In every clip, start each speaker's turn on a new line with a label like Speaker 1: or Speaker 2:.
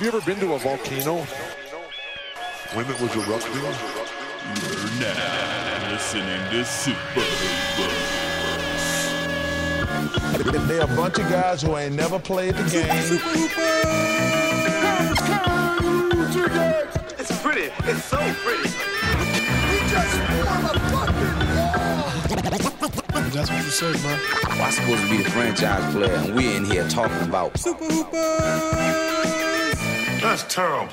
Speaker 1: you ever been to a volcano?
Speaker 2: When it was erupting?
Speaker 3: You're now listening to Super
Speaker 4: They a bunch of guys who ain't never played the game.
Speaker 5: It's pretty. It's so pretty.
Speaker 6: I'm supposed to be the franchise player, and we're in here talking about
Speaker 2: That's terrible.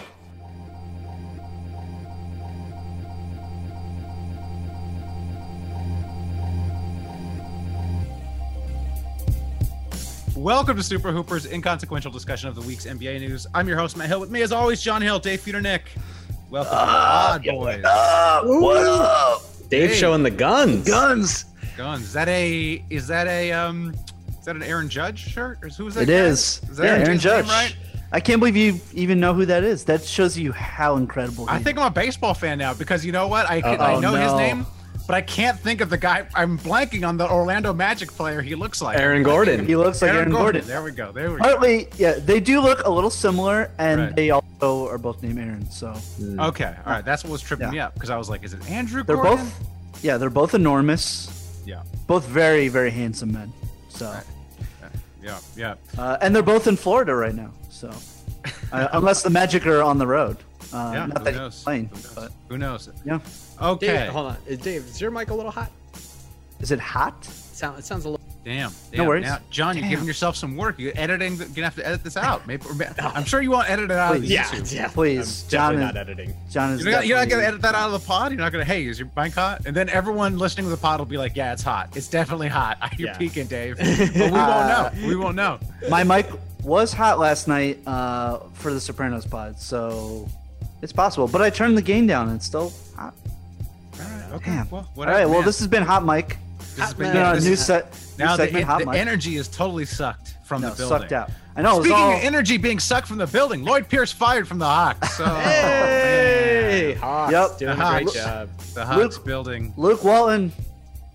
Speaker 7: Welcome to Super Hoopers, inconsequential discussion of the week's NBA news. I'm your host, Matt Hill. With me, as always, John Hill, Dave Peter, Nick. Welcome
Speaker 8: Ah,
Speaker 7: to the Odd Boys.
Speaker 9: Dave's
Speaker 7: Hey.
Speaker 9: showing the guns.
Speaker 5: Guns.
Speaker 7: Guns. Is that a? Is that a? Um, is that an Aaron Judge shirt? Or who's that?
Speaker 8: It
Speaker 7: guy?
Speaker 8: is.
Speaker 7: Is that
Speaker 8: Yeah,
Speaker 7: Aaron
Speaker 8: Aaron
Speaker 7: Judge's name right?
Speaker 8: Judge. I can't believe you even know who that is. That shows you how incredible.
Speaker 7: I
Speaker 8: he
Speaker 7: think I'm a baseball fan now because you know what? I can,
Speaker 8: Uh-oh,
Speaker 7: I know his
Speaker 8: no.
Speaker 7: name, but I can't think of the guy. I'm blanking on the Orlando Magic player he looks like.
Speaker 9: Aaron Gordon.
Speaker 8: he looks like Aaron, Gordon. Oh.
Speaker 7: There we go. There we go.
Speaker 8: Partly, yeah, they do look a little similar, and
Speaker 7: Right.
Speaker 8: they also are both named Aaron. So
Speaker 7: Okay. All right. That's what was tripping
Speaker 8: Yeah.
Speaker 7: me up because I was like, is it Andrew
Speaker 8: they're
Speaker 7: Gordon?
Speaker 8: both, yeah, they're both enormous,
Speaker 7: Yeah.
Speaker 8: both very, very handsome men. So,
Speaker 7: Yeah. Yeah.
Speaker 8: uh, and they're both in Florida right now. So, uh, unless the Magic are on the road, uh,
Speaker 7: yeah.
Speaker 8: not
Speaker 7: Who
Speaker 8: that he's
Speaker 7: knows?
Speaker 8: playing,
Speaker 7: Who knows?
Speaker 8: but
Speaker 7: Who knows?
Speaker 8: yeah,
Speaker 7: Okay.
Speaker 9: Dave, hold on. Is- Dave, is your mic a little hot?
Speaker 8: is it hot?
Speaker 9: Sound, it sounds a little.
Speaker 7: Damn.
Speaker 8: No
Speaker 7: damn.
Speaker 8: worries.
Speaker 7: Now, John, you're giving yourself some work. You're editing. You're gonna have to edit this out. Maybe, or, ma- I'm sure you won't edit it out. Of the
Speaker 8: Please.
Speaker 7: YouTube.
Speaker 8: Please, John
Speaker 9: Definitely
Speaker 8: is,
Speaker 9: not editing.
Speaker 8: John is.
Speaker 7: You're not, you're not gonna
Speaker 8: definitely-
Speaker 7: edit that out of the pod. You're not gonna. Hey, is your mic hot? And then everyone listening to the pod will be like, Yeah, it's hot. It's definitely hot. You're
Speaker 9: Yeah.
Speaker 7: peeking, Dave. But we won't know. We won't know.
Speaker 8: My mic was hot last night uh, for the Sopranos pod, so it's possible. But I turned the gain down and it's still hot.
Speaker 7: All right. Okay.
Speaker 8: Damn.
Speaker 7: Well,
Speaker 8: All
Speaker 7: whatever.
Speaker 8: right. Well,
Speaker 7: man.
Speaker 8: this has been hot mic.
Speaker 7: This has been.
Speaker 9: man.
Speaker 8: No,
Speaker 7: yeah, this
Speaker 8: new
Speaker 7: is-
Speaker 8: set. New
Speaker 7: now the,
Speaker 8: segment, hot
Speaker 7: the
Speaker 8: mic.
Speaker 7: energy is totally sucked from
Speaker 8: no,
Speaker 7: the building.
Speaker 8: sucked out. I know. Oh, It was
Speaker 7: Speaking
Speaker 8: all,
Speaker 7: of energy being sucked from the building, Lloyd Pierce fired from the Hawks. So
Speaker 9: Hey, Hawks
Speaker 8: Oh, Yep.
Speaker 9: doing
Speaker 7: The
Speaker 9: a
Speaker 7: Hawks.
Speaker 9: great job.
Speaker 7: the Hawks
Speaker 8: Luke-
Speaker 7: building.
Speaker 8: Luke Walton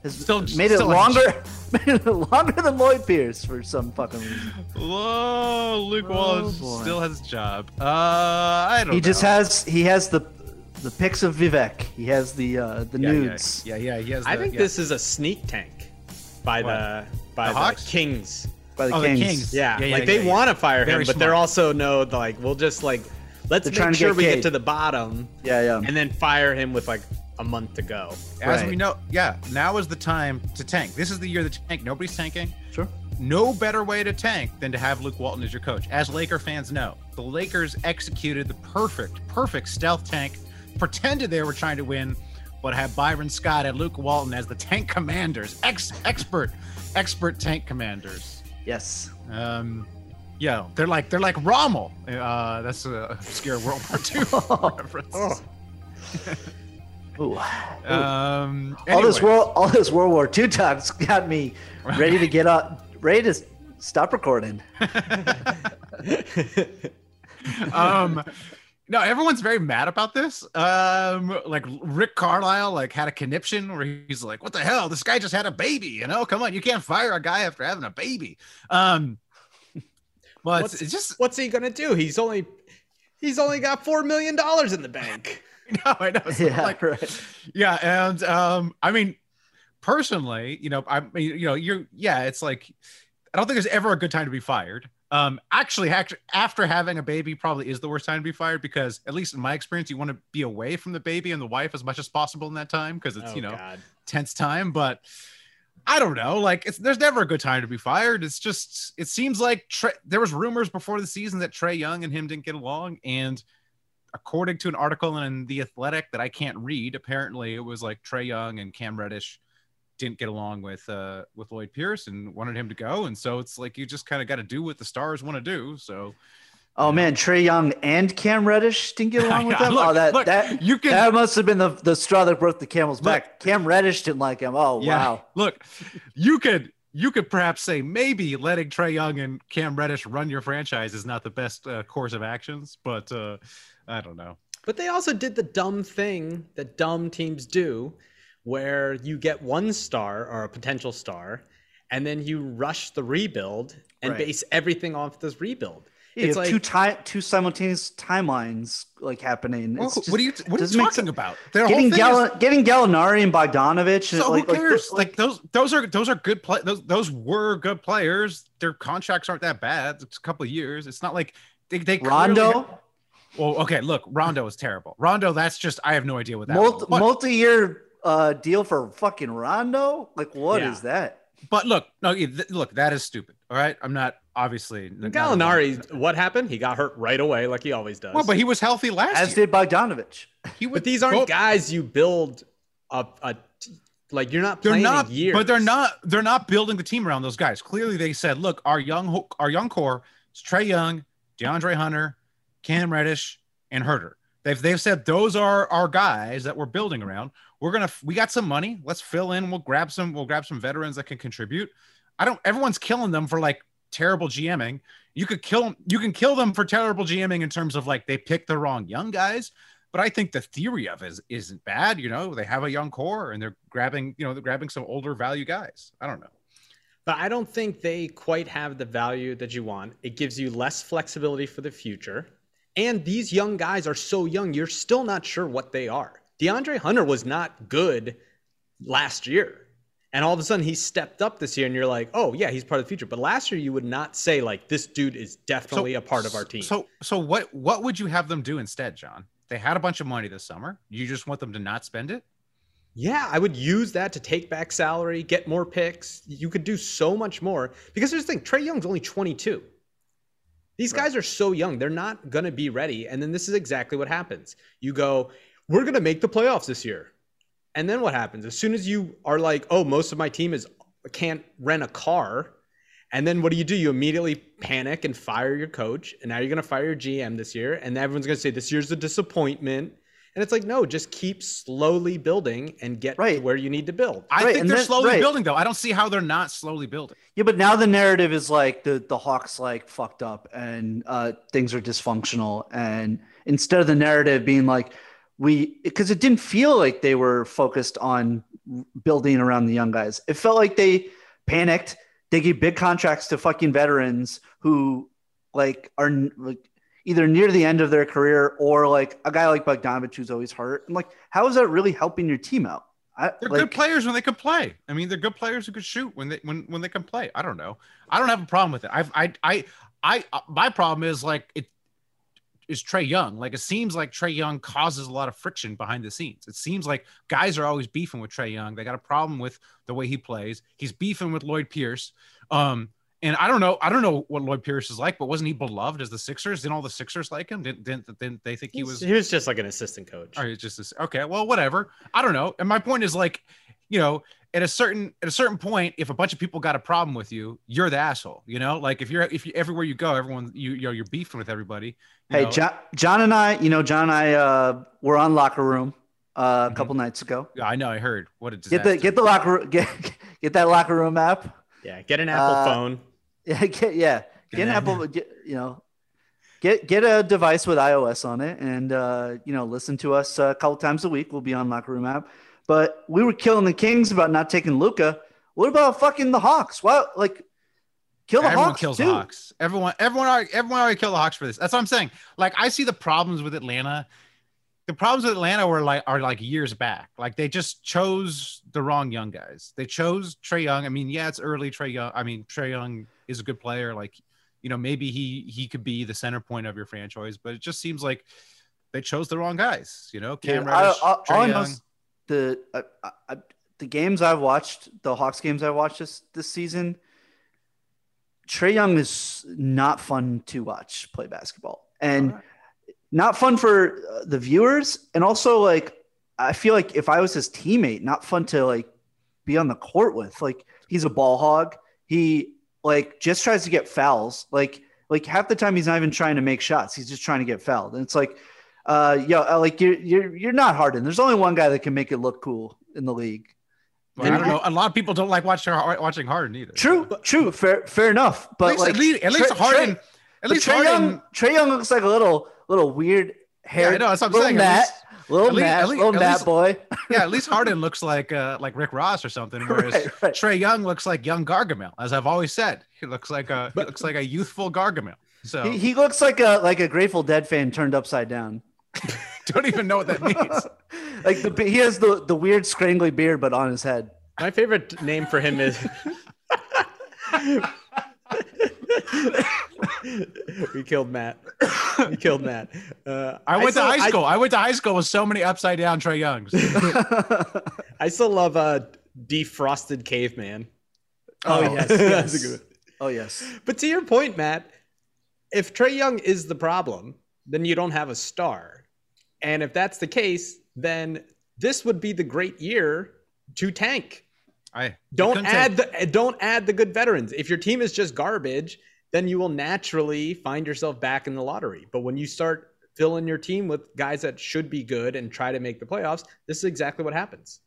Speaker 8: has
Speaker 7: Still-
Speaker 8: made it
Speaker 7: still a-
Speaker 8: longer, made it longer than Lloyd Pierce for some fucking reason.
Speaker 7: Whoa, Luke
Speaker 8: Oh,
Speaker 7: Wallace
Speaker 8: boy.
Speaker 7: still has his job. Uh, I don't.
Speaker 8: He
Speaker 7: know.
Speaker 8: just has he has the the pics of Vivek. He has the uh, the
Speaker 7: yeah,
Speaker 8: nudes.
Speaker 7: Yeah, yeah, yeah. He has
Speaker 9: I
Speaker 7: the-
Speaker 9: think
Speaker 7: yeah.
Speaker 9: this is a sneak tank by
Speaker 7: What?
Speaker 9: the by
Speaker 7: The
Speaker 9: the,
Speaker 7: Hawks?
Speaker 9: Kings.
Speaker 8: By the
Speaker 7: Oh, the
Speaker 8: Kings.
Speaker 7: Kings.
Speaker 9: Yeah,
Speaker 7: Yeah, yeah,
Speaker 9: like
Speaker 7: yeah,
Speaker 9: they
Speaker 7: yeah.
Speaker 9: want to fire him,
Speaker 7: Very
Speaker 9: but they're
Speaker 7: smart.
Speaker 9: also know like we'll just like let's
Speaker 8: They're trying
Speaker 9: make
Speaker 8: to
Speaker 9: sure
Speaker 8: get
Speaker 9: we
Speaker 8: paid.
Speaker 9: get to the bottom
Speaker 8: Yeah, yeah.
Speaker 9: and then fire him with like a month to go.
Speaker 7: As
Speaker 8: Right.
Speaker 7: we know, yeah, now is the time to tank. This is the year that you tank. Nobody's tanking.
Speaker 8: Sure.
Speaker 7: No better way to tank than to have Luke Walton as your coach. As Laker fans know, the Lakers executed the perfect, perfect stealth tank, pretended they were trying to win, but had Byron Scott and Luke Walton as the tank commanders, ex expert, expert tank commanders.
Speaker 8: Yes.
Speaker 7: Um, yeah, they're like they're like Rommel. Uh, that's an obscure World War II reference.
Speaker 8: Oh, Ooh.
Speaker 7: Um,
Speaker 8: oh. all this
Speaker 7: anyway.
Speaker 8: world all this World War II talk's got me ready to get up ready to s- stop recording.
Speaker 7: um no everyone's very mad about this um like rick carlisle like had a conniption where he's like what the hell this guy just had a baby you know come on you can't fire a guy after having a baby um but
Speaker 9: What's-
Speaker 7: it's just
Speaker 9: What's he gonna do? He's only he's only got four million dollars in the bank.
Speaker 7: no, i know it's
Speaker 8: yeah,
Speaker 7: like
Speaker 8: right.
Speaker 7: yeah and um i mean personally you know i mean you know you're yeah it's like i don't think there's ever a good time to be fired um actually act- after having a baby probably is the worst time to be fired because at least in my experience you want to be away from the baby and the wife as much as possible in that time because it's
Speaker 9: oh,
Speaker 7: you know
Speaker 9: God.
Speaker 7: tense time but i don't know like it's there's never a good time to be fired it's just it seems like Trey, there was rumors before the season that trey young and him didn't get along and according to an article in the athletic that i can't read apparently it was like trey young and cam reddish didn't get along with uh with lloyd pierce and wanted him to go and so it's like you just kind of got to do what the stars want to do so
Speaker 8: Oh man, Trey Young and Cam Reddish didn't get along with them.
Speaker 7: Look,
Speaker 8: oh that
Speaker 7: look,
Speaker 8: that
Speaker 7: you can
Speaker 8: that must have been the, the straw that broke the camel's
Speaker 7: Look.
Speaker 8: back. Cam Reddish didn't like him. Oh wow.
Speaker 7: Look, you could you could perhaps say maybe letting Trey Young and Cam Reddish run your franchise is not the best uh, course of actions, but uh, I don't know.
Speaker 9: But they also did the dumb thing that dumb teams do, where you get one star or a potential star, and then you rush the rebuild and
Speaker 8: Right.
Speaker 9: base everything off this rebuild.
Speaker 8: you
Speaker 9: It's
Speaker 8: have
Speaker 9: like
Speaker 8: two ti- two simultaneous timelines like happening.
Speaker 7: Well,
Speaker 8: It's just-
Speaker 7: what are you What are you
Speaker 8: doesn't make
Speaker 7: talking
Speaker 8: sense.
Speaker 7: about? Their whole
Speaker 8: Getting
Speaker 7: thing is-
Speaker 8: Gall- getting Gallinari and Bogdanovich. and
Speaker 7: so
Speaker 8: like,
Speaker 7: who
Speaker 8: like,
Speaker 7: cares? Like, those those are those are good play. Those those were good players. Their contracts aren't that bad. It's a couple of years. It's not like they they clearly
Speaker 8: Rondo,
Speaker 7: had- well, okay, look, Rondo was terrible. Rondo, that's just I have no idea what that. was.
Speaker 8: multi
Speaker 7: But-
Speaker 8: multi-year uh, deal for fucking Rondo. Like what is
Speaker 9: Yeah.
Speaker 8: that?
Speaker 7: But look, no, you- th- look, that is stupid. All right, I'm not obviously. not-
Speaker 9: Gallinari, what happened? He got hurt right away, like he always does.
Speaker 7: Well, but he was healthy last
Speaker 8: As
Speaker 7: year.
Speaker 8: did Bogdanovich.
Speaker 7: He was-
Speaker 9: But these aren't
Speaker 7: well,
Speaker 9: guys you build a, a like you're not
Speaker 7: They're
Speaker 9: playing
Speaker 7: not.
Speaker 9: a year.
Speaker 7: But they're not. They're not building the team around those guys. Clearly, they said, "Look, our young, ho- our young core is Trey Young, DeAndre Hunter, Cam Reddish, and Herder." They've they've said those are our guys that we're building around. We're gonna we got some money. Let's fill in. We'll grab some. We'll grab some veterans that can contribute. I don't. Everyone's killing them for like terrible GMing. You could kill them. You can kill them for terrible GMing in terms of like they picked the wrong young guys. But I think the theory of it is, isn't bad. You know, they have a young core and they're grabbing. You know, they're grabbing some older value guys. I don't know.
Speaker 9: But I don't think they quite have the value that you want. It gives you less flexibility for the future. And these young guys are so young, you're still not sure what they are. DeAndre Hunter was not good last year. And all of a sudden he stepped up this year and you're like, "Oh, yeah, he's part of the future." But last year you would not say like this dude is definitely a part of our team.
Speaker 7: So so what what would you have them do instead, John? They had a bunch of money this summer. You just want them to not spend it?
Speaker 9: Yeah, I would use that to take back salary, get more picks. You could do so much more because here's the thing: Trey Young's only 22. These guys are so young; they're not gonna be ready. And then this is exactly what happens: you go, "We're gonna make the playoffs this year," and then what happens? As soon as you are like, "Oh, most of my team is can't rent a car," and then what do you do? You immediately panic and fire your coach, and now you're gonna fire your GM this year, and everyone's gonna say this year's a disappointment. And it's like, no, just keep slowly building and get to
Speaker 8: Right.
Speaker 9: where you need to build.
Speaker 7: I
Speaker 8: Right,
Speaker 7: think
Speaker 8: and
Speaker 7: they're
Speaker 8: that-
Speaker 7: slowly
Speaker 8: right.
Speaker 7: building though. I don't see how they're not slowly building.
Speaker 8: Yeah, but now the narrative is like the the Hawks like fucked up and uh, things are dysfunctional, and instead of the narrative being like we because it didn't feel like they were focused on building around the young guys. It felt like they panicked. They gave big contracts to fucking veterans who like are like either near the end of their career or like a guy like Bogdanovich who's always hurt. I'm like, how is that really helping your team out? I,
Speaker 7: They're
Speaker 8: like,
Speaker 7: good players when they can play. I mean, they're good players who can shoot when they when when they can play. I don't know. I don't have a problem with it. I've, I I I uh, my problem is like it is Trey Young. Like it seems like Trey Young causes a lot of friction behind the scenes. It seems like guys are always beefing with Trey Young. They got a problem with the way he plays. He's beefing with Lloyd Pierce. Um, and I don't know. I don't know what Lloyd Pierce is like, but wasn't he beloved as the Sixers? Didn't all the Sixers like him? Didn't didn't, didn't they think he was?
Speaker 9: he was just like an assistant coach.
Speaker 7: All right, it's just this. Okay, well, whatever. I don't know. And my point is like, you know, at a certain at a certain point, if a bunch of people got a problem with you, you're the asshole. You know, like if you're if you everywhere you go, everyone you you know you're beefing with everybody. you
Speaker 8: Hey,
Speaker 7: know.
Speaker 8: John, John and I, you know, John and I uh, were on locker room uh, a
Speaker 7: Mhm.
Speaker 8: couple nights ago.
Speaker 7: Yeah, I know. I heard. What a disaster.
Speaker 8: Get the get the locker get get that locker room app.
Speaker 9: Yeah, get an Apple
Speaker 8: Uh,
Speaker 9: phone.
Speaker 8: Yeah, get, yeah, get an
Speaker 7: Yeah.
Speaker 8: Apple. Get, you know, get get a device with iOS on it, and uh, you know, listen to us uh, a couple times a week. We'll be on locker room app. But we were killing the Kings about not taking Luca. What about fucking the Hawks? Well, like kill the
Speaker 7: everyone
Speaker 8: Hawks.
Speaker 7: kills
Speaker 8: dude.
Speaker 7: the Hawks. Everyone, everyone, already, everyone already killed the Hawks for this. That's what I'm saying. Like I see the problems with Atlanta. The problems with Atlanta were like are like years back. Like they just chose the wrong young guys. They chose Trey Young. I mean, yeah, it's early Trey Young. I mean, Trey Young is a good player. Like, you know, maybe he he could be the center point of your franchise, but it just seems like they chose the wrong guys. You know, Cam
Speaker 8: Dude, I-
Speaker 7: Reddish,
Speaker 8: I- all
Speaker 7: Trey
Speaker 8: I
Speaker 7: Young.
Speaker 8: know is the I, I, I- the games I've watched, the Hawks games I watched this this season, Trey Young is not fun to watch play basketball, and not fun for uh, the viewers, and also like I feel like if I was his teammate, not fun to like be on the court with. Like he's a ball hog. He like just tries to get fouls. Like like half the time he's not even trying to make shots. He's just trying to get fouled. And it's like, uh, yo, uh, like you're you're you're not Harden. There's only one guy that can make it look cool in the league.
Speaker 7: Well, I don't know. A lot of people don't like watching watching Harden either.
Speaker 8: True, true, fair, fair enough. But
Speaker 7: At least,
Speaker 8: like,
Speaker 7: at least, at least
Speaker 8: Trey-
Speaker 7: Harden.
Speaker 8: Trey-
Speaker 7: at least
Speaker 8: Trey
Speaker 7: Harden.
Speaker 8: Young, Trey Young looks like a little little weird hair.
Speaker 7: Yeah, I know, that's what I'm
Speaker 8: little
Speaker 7: saying. At
Speaker 8: Matt, little
Speaker 7: at least-
Speaker 8: Matt,
Speaker 7: at least-
Speaker 8: little
Speaker 7: at
Speaker 8: Matt
Speaker 7: least-
Speaker 8: boy.
Speaker 7: yeah, at least Harden looks like uh, like Rick Ross or something, whereas
Speaker 8: Right, right.
Speaker 7: Trey Young looks like young Gargamel. As I've always said, he looks like a he
Speaker 9: But-
Speaker 7: looks like a youthful Gargamel. So
Speaker 8: He, he looks like a like a Grateful Dead fan turned upside down.
Speaker 7: don't even know what that means.
Speaker 8: like the he has the the weird scrangly beard, but on his head.
Speaker 9: My favorite name for him is. we killed Matt. We killed Matt. Uh,
Speaker 7: I went
Speaker 9: still-
Speaker 7: to high school. I, went to high school with so many upside down Trey Youngs. oh,
Speaker 9: I, still love uh, defrosted caveman. Um,
Speaker 8: Oh, yes,
Speaker 9: That's a
Speaker 8: yes.
Speaker 9: good
Speaker 8: Oh yes.
Speaker 9: one. But to your point, Matt, if Trey Young is the problem, then you don't have a star, and if that's the case, then this would be the great year to tank.
Speaker 7: I
Speaker 9: Don't
Speaker 7: couldn't
Speaker 9: add the don't add the good veterans. If your team is just garbage, then you will naturally find yourself back in the lottery. But when you start filling your team with guys that should be good and try to make the playoffs, this is exactly what happens.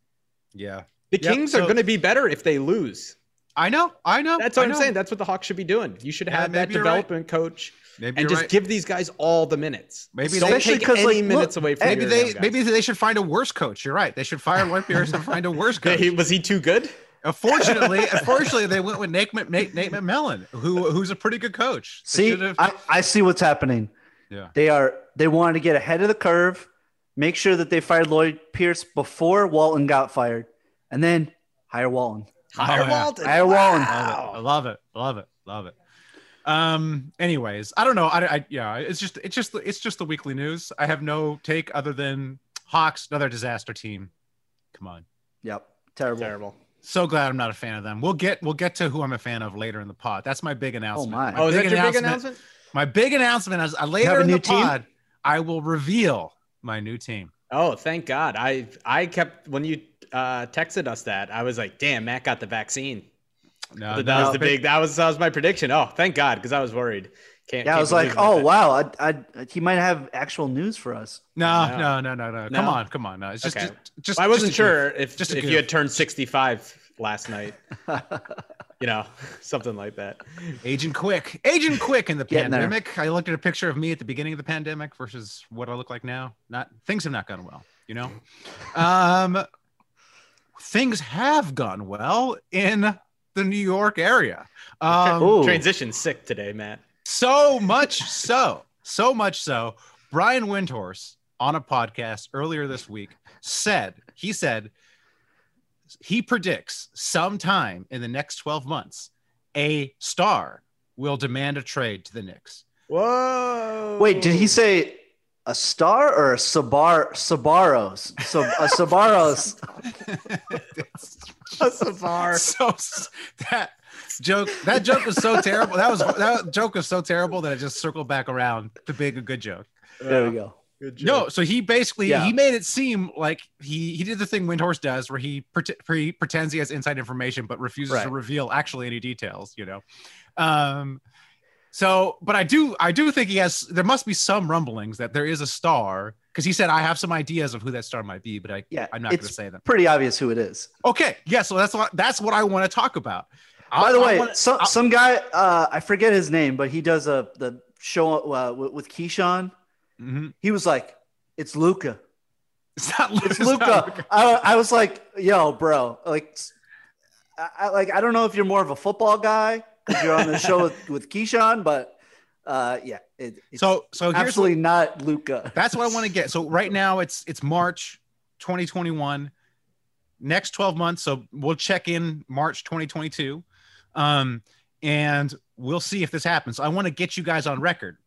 Speaker 7: Yeah,
Speaker 9: The
Speaker 7: Yep,
Speaker 9: Kings are
Speaker 7: so-
Speaker 9: going to be better if they lose.
Speaker 7: I know. I know.
Speaker 9: That's
Speaker 7: I
Speaker 9: what I'm
Speaker 7: know.
Speaker 9: saying. That's what the Hawks should be doing. You should
Speaker 7: Yeah,
Speaker 9: have that
Speaker 7: maybe you're right.
Speaker 9: development coach
Speaker 7: Maybe
Speaker 9: and
Speaker 7: you're
Speaker 9: just
Speaker 7: right.
Speaker 9: give these guys all the minutes.
Speaker 7: Maybe
Speaker 9: don't
Speaker 7: they-
Speaker 8: Especially
Speaker 9: take
Speaker 8: 'cause,
Speaker 9: any
Speaker 8: like,
Speaker 9: minutes
Speaker 8: look,
Speaker 9: away from
Speaker 7: Maybe
Speaker 9: your
Speaker 7: they
Speaker 9: young guys.
Speaker 7: maybe they should find a worse coach. You're right. They should fire one Pierce and find a worse
Speaker 9: Yeah,
Speaker 7: coach.
Speaker 9: he- was he too good?
Speaker 7: Unfortunately, unfortunately, they went with Nate, Mc- Nate, Nate McMillan, who who's a pretty good coach. They
Speaker 8: See,
Speaker 7: should've-
Speaker 8: I, I see what's happening.
Speaker 7: Yeah.
Speaker 8: They are they wanted to get ahead of the curve, make sure that they fired Lloyd Pierce before Walton got fired, and then hire Walton.
Speaker 9: Hire
Speaker 7: Oh, yeah.
Speaker 9: Walton.
Speaker 8: Hire Walton.
Speaker 7: I love it. I love it. Love it. Um. Anyways, I don't know. I, I yeah. It's just it's just it's just the weekly news. I have no take other than Hawks, another disaster team. Come on.
Speaker 8: Yep. Terrible.
Speaker 9: Terrible.
Speaker 7: So glad I'm not a fan of them. We'll get we'll get to who I'm a fan of later in the pod. That's my big announcement.
Speaker 8: my.
Speaker 9: Oh, is that
Speaker 7: big
Speaker 9: your big announcement?
Speaker 7: My big announcement is uh,
Speaker 8: have
Speaker 7: later
Speaker 8: a
Speaker 7: in
Speaker 8: new
Speaker 7: the
Speaker 8: team?
Speaker 7: pod, I will reveal my new team.
Speaker 9: Oh, thank God. I I kept when you uh, texted us that I was like, damn, Matt got the vaccine.
Speaker 7: No,
Speaker 9: that
Speaker 7: no,
Speaker 9: was the big. That was that was my prediction. Oh, thank God, because I was worried. Can't,
Speaker 8: Yeah, I
Speaker 9: can't
Speaker 8: was like,
Speaker 9: believe
Speaker 8: oh
Speaker 9: that.
Speaker 8: wow, I, I, he might have actual news for us.
Speaker 7: No,
Speaker 9: No.
Speaker 7: no, no, no, no.
Speaker 9: No?
Speaker 7: Come on, come on. No, it's just,
Speaker 9: Okay.
Speaker 7: just, just-
Speaker 9: I wasn't
Speaker 7: just a goof.
Speaker 9: sure if
Speaker 7: Just
Speaker 9: just
Speaker 7: a
Speaker 9: if
Speaker 7: goof.
Speaker 9: you had turned sixty five last night. you know, something like that.
Speaker 7: Agent Quick, Agent Quick in the
Speaker 8: Getting there.
Speaker 7: pandemic. I looked at a picture of me at the beginning of the pandemic versus what I look like now. Not things have not gone well, you know. Um, things have gone well in the New York area. Um,
Speaker 8: Ooh.
Speaker 9: Transition sick today, Matt.
Speaker 7: So much so, so much so. Brian Windhorse on a podcast earlier this week said, he said, he predicts sometime in the next 12 months, a star will demand a trade to the Knicks.
Speaker 9: Whoa.
Speaker 8: Wait, did he say a star or a Sabar Sabaros? So a Sabaros.
Speaker 7: so that joke, that joke was so terrible. That was that joke was so terrible that it just circled back around to being a good joke.
Speaker 8: there we go.
Speaker 7: No, so he basically
Speaker 8: Yeah.
Speaker 7: he made it seem like he he did the thing Windhorse does, where he, pret- he pretends he has inside information but refuses to
Speaker 8: Right.
Speaker 7: reveal actually any details. You know, um, so but I do I do think he has. There must be some rumblings that there is a star because he said I have some ideas of who that star might be, but I
Speaker 8: Yeah,
Speaker 7: I'm not going to
Speaker 8: it's-
Speaker 7: say them.
Speaker 8: Pretty obvious who it is.
Speaker 7: Okay, yeah, so that's what that's what I want to talk about.
Speaker 8: By
Speaker 7: I-
Speaker 8: the
Speaker 7: I
Speaker 8: way,
Speaker 7: wanna-
Speaker 8: so,
Speaker 7: I-
Speaker 8: some guy uh, I forget his name, but he does a the show uh, with, with Keyshawn.
Speaker 7: Mhm.
Speaker 8: He was like, "It's Luca,
Speaker 7: it's not
Speaker 8: it's Luca." I, I was like, "Yo, bro, like, I, I- like I don't know if you're more of a football guy because you're on the show with, with Keyshawn, but uh, yeah, it, it's
Speaker 7: So so here's what-
Speaker 8: absolutely not Luca."
Speaker 7: That's what I want to get. So right now it's it's March 2021. Next 12 months, so we'll check in March 2022. Um and we'll see if this happens. I want to get you guys on record.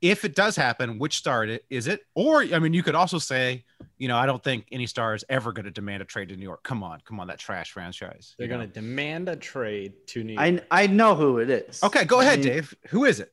Speaker 7: If it does happen, which star it is it? Or I mean, you could also say, you know, I don't think any star is ever going to demand a trade to New York. Come on, come on, that trash franchise.
Speaker 9: They're
Speaker 7: you know?
Speaker 9: gonna demand a trade to New
Speaker 8: I
Speaker 9: York.
Speaker 8: I know who it is.
Speaker 7: Okay, go
Speaker 8: I
Speaker 7: ahead,
Speaker 8: mean,
Speaker 7: Dave. Who is it?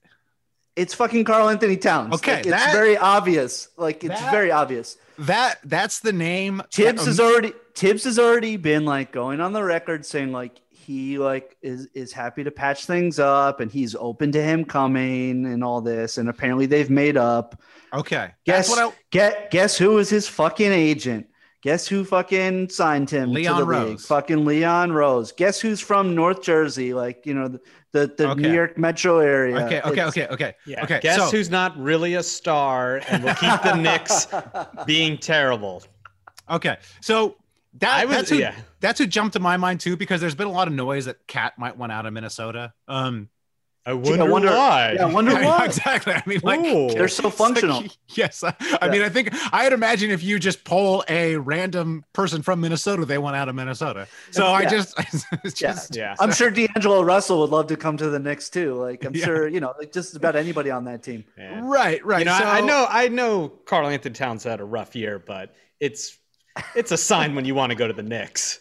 Speaker 8: It's fucking Carl Anthony Towns.
Speaker 7: Okay,
Speaker 8: Like, it's
Speaker 7: that-
Speaker 8: very obvious. Like it's
Speaker 7: that-
Speaker 8: very obvious.
Speaker 7: That that's the name.
Speaker 8: Tibbs
Speaker 7: that-
Speaker 8: has already Tibbs has already been like going on the record saying like he like is is happy to patch things up and he's open to him coming and all this and apparently they've made up.
Speaker 7: Okay.
Speaker 8: Guess
Speaker 7: That's what
Speaker 8: get guess who is his fucking agent? Guess who fucking signed him?
Speaker 7: Leon
Speaker 8: to the League?
Speaker 7: Rose.
Speaker 8: Fucking Leon Rose. Guess who's from North Jersey? Like you know the the, the New
Speaker 7: Okay.
Speaker 8: York metro
Speaker 7: I
Speaker 8: area.
Speaker 7: Okay, okay,
Speaker 8: It's-
Speaker 7: okay, okay.
Speaker 9: Yeah.
Speaker 7: Okay,
Speaker 9: Guess
Speaker 7: so-
Speaker 9: who's not really a star and will keep the Knicks being terrible.
Speaker 7: Okay, so that
Speaker 9: I was-
Speaker 7: that's who
Speaker 9: yeah.
Speaker 7: that's who jumped to my mind too because there's been a lot of noise that Cat might want out of Minnesota. Um,
Speaker 9: I
Speaker 8: Gee,
Speaker 9: wonder,
Speaker 8: I wonder
Speaker 9: why.
Speaker 8: Yeah, I wonder
Speaker 7: Yeah,
Speaker 8: why.
Speaker 7: exactly. I mean, like
Speaker 9: Ooh.
Speaker 8: They're
Speaker 7: it's
Speaker 8: so
Speaker 7: like-
Speaker 8: functional.
Speaker 7: yes, I, I
Speaker 8: Yeah.
Speaker 7: mean, I think I'd imagine if you just poll a random person from Minnesota, they want out of Minnesota. So I
Speaker 8: Yeah.
Speaker 7: just, it's
Speaker 8: Yeah.
Speaker 7: just
Speaker 9: Yeah.
Speaker 8: I'm sure D'Angelo Russell would love to come to the Knicks too. Like I'm
Speaker 7: Yeah.
Speaker 8: sure you know, like just about anybody on that team.
Speaker 9: Yeah.
Speaker 7: right, right.
Speaker 9: You know,
Speaker 7: so,
Speaker 9: I, I know, I know. Carl Anthony Towns had a rough year, but it's it's a sign when you want to go to the Knicks.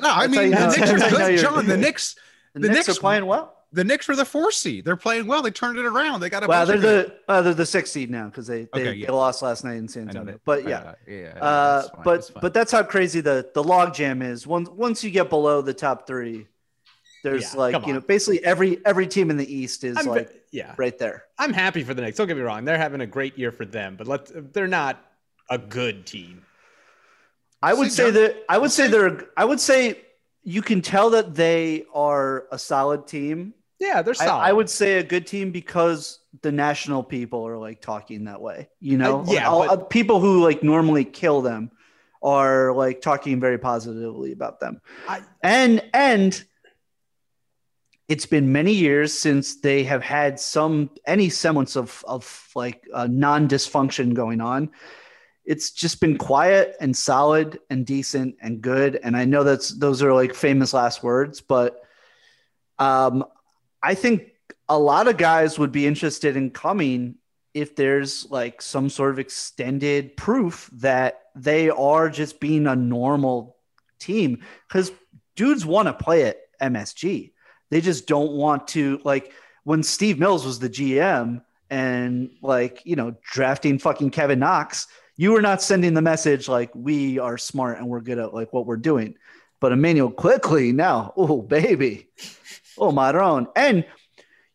Speaker 7: No, I
Speaker 8: That's how
Speaker 7: mean,
Speaker 8: you
Speaker 7: the
Speaker 8: know-
Speaker 7: Knicks are
Speaker 8: that's how
Speaker 7: good,
Speaker 8: you're-
Speaker 7: John. The Knicks,
Speaker 8: The,
Speaker 7: The
Speaker 8: Knicks,
Speaker 7: Knicks-
Speaker 8: are playing well.
Speaker 7: the Knicks are the four seed. They're playing well. They turned it around. They got a
Speaker 8: Wow,
Speaker 7: bunch
Speaker 8: they're
Speaker 7: of good-
Speaker 8: the uh, they're the sixth seed now because they they,
Speaker 7: Okay,
Speaker 8: they
Speaker 7: yeah.
Speaker 8: lost last night in San
Speaker 7: I know
Speaker 8: Antonio.
Speaker 7: that.
Speaker 8: But yeah,
Speaker 7: Uh, yeah.
Speaker 8: uh,
Speaker 7: that's fine, that's
Speaker 8: but
Speaker 7: fine.
Speaker 8: but that's how crazy the the logjam is. Once once you get below the top three, there's
Speaker 9: Yeah,
Speaker 8: like
Speaker 9: come
Speaker 8: you know
Speaker 9: on.
Speaker 8: basically every every team in the East is
Speaker 9: I'm,
Speaker 8: like
Speaker 9: yeah,
Speaker 8: right there.
Speaker 9: I'm happy for the Knicks. Don't get me wrong; they're having a great year for them, but let's, they're not a good team.
Speaker 8: I would
Speaker 7: St.
Speaker 8: say
Speaker 7: John-
Speaker 8: that I would say they're I would say you can tell that they are a solid team.
Speaker 9: Yeah, they're
Speaker 8: I,
Speaker 9: solid.
Speaker 8: I would say a good team because the national people are like talking that way. You know,
Speaker 9: Uh, yeah,
Speaker 8: All-
Speaker 9: but-
Speaker 8: uh, people who like normally kill them are like talking very positively about them.
Speaker 9: I-
Speaker 8: and and it's been many years since they have had some any semblance of of like uh, non dysfunction going on. It's just been quiet and solid and decent and good. And I know that's those are like famous last words, but um, I think a lot of guys would be interested in coming if there's like some sort of extended proof that they are just being a normal team because dudes want to play at MSG. They just don't want to like when Steve Mills was the GM and like you know drafting fucking Kevin Knox. You were not sending the message like we are smart and we're good at like what we're doing. But Emmanuel quickly now, oh baby, oh Maron, and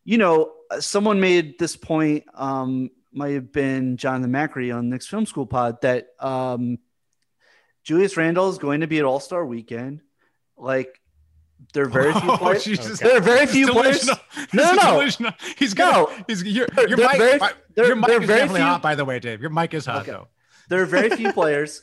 Speaker 8: you know someone made this point. Um, might have been Jonathan Macri on Next Film School Pod that um, Julius Randall is going to be at All Star Weekend. Like there are very few
Speaker 7: Oh,
Speaker 8: players.
Speaker 7: Jesus.
Speaker 8: There are very
Speaker 7: He's
Speaker 8: few players.
Speaker 7: delusional.
Speaker 8: No,
Speaker 7: He's
Speaker 8: no, no.
Speaker 7: delusional. He's gonna.
Speaker 8: No.
Speaker 7: He's your
Speaker 8: They're-
Speaker 7: your
Speaker 8: they're
Speaker 7: mic.
Speaker 8: very-
Speaker 7: my-
Speaker 8: they're-
Speaker 7: your mic
Speaker 8: they're
Speaker 7: is
Speaker 8: very
Speaker 7: definitely
Speaker 8: few-
Speaker 7: hot, by the way, Dave. Your mic is hot
Speaker 8: Okay.
Speaker 7: though.
Speaker 8: There are very few players.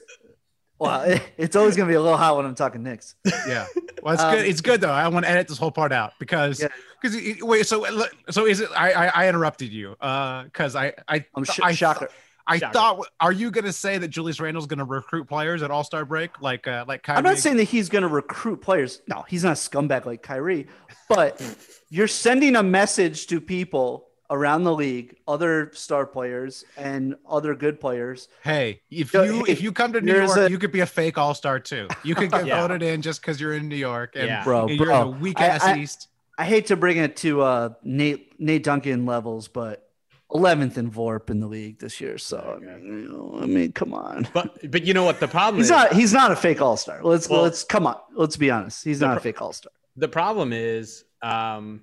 Speaker 8: Well, it's always going to be a little hot when I'm talking Knicks.
Speaker 7: Yeah. Well, it's
Speaker 8: Um,
Speaker 7: good. It's good though. I want to edit this whole part out because
Speaker 8: Yeah.
Speaker 7: because wait. So look, so is it? I I, I interrupted you because I I
Speaker 8: I'm sh-
Speaker 7: I,
Speaker 8: shocker.
Speaker 7: I
Speaker 9: Shocker.
Speaker 7: thought. Are you gonna say that Julius Randle's gonna recruit players at All Star break like uh, like Kyrie?
Speaker 8: I'm not saying that he's going to recruit players. No, he's not a scumbag like Kyrie, but you're sending a message to people around the league, other star players and other good players.
Speaker 7: Hey, if
Speaker 8: Yo,
Speaker 7: you
Speaker 8: hey,
Speaker 7: if you come to New
Speaker 8: there's
Speaker 7: York,
Speaker 8: a-
Speaker 7: you could be a fake All Star too. You could get
Speaker 9: Yeah.
Speaker 7: voted in just because you're in New York and,
Speaker 9: Yeah.
Speaker 8: Bro,
Speaker 7: and you're in
Speaker 8: bro.
Speaker 7: the weak
Speaker 8: I-
Speaker 7: ass
Speaker 8: I-
Speaker 7: East.
Speaker 8: I hate to bring it to uh, Nate Nate Duncan levels, but 11th in VORP in the league this year. So I mean, you know, I mean, come on.
Speaker 9: but but you know what the problem
Speaker 8: He's
Speaker 9: is?
Speaker 8: not. He's not a fake all star. Let's
Speaker 9: Well-
Speaker 8: let's come on. Let's be honest. He's not a
Speaker 9: pro-
Speaker 8: fake all star.
Speaker 9: the problem is um,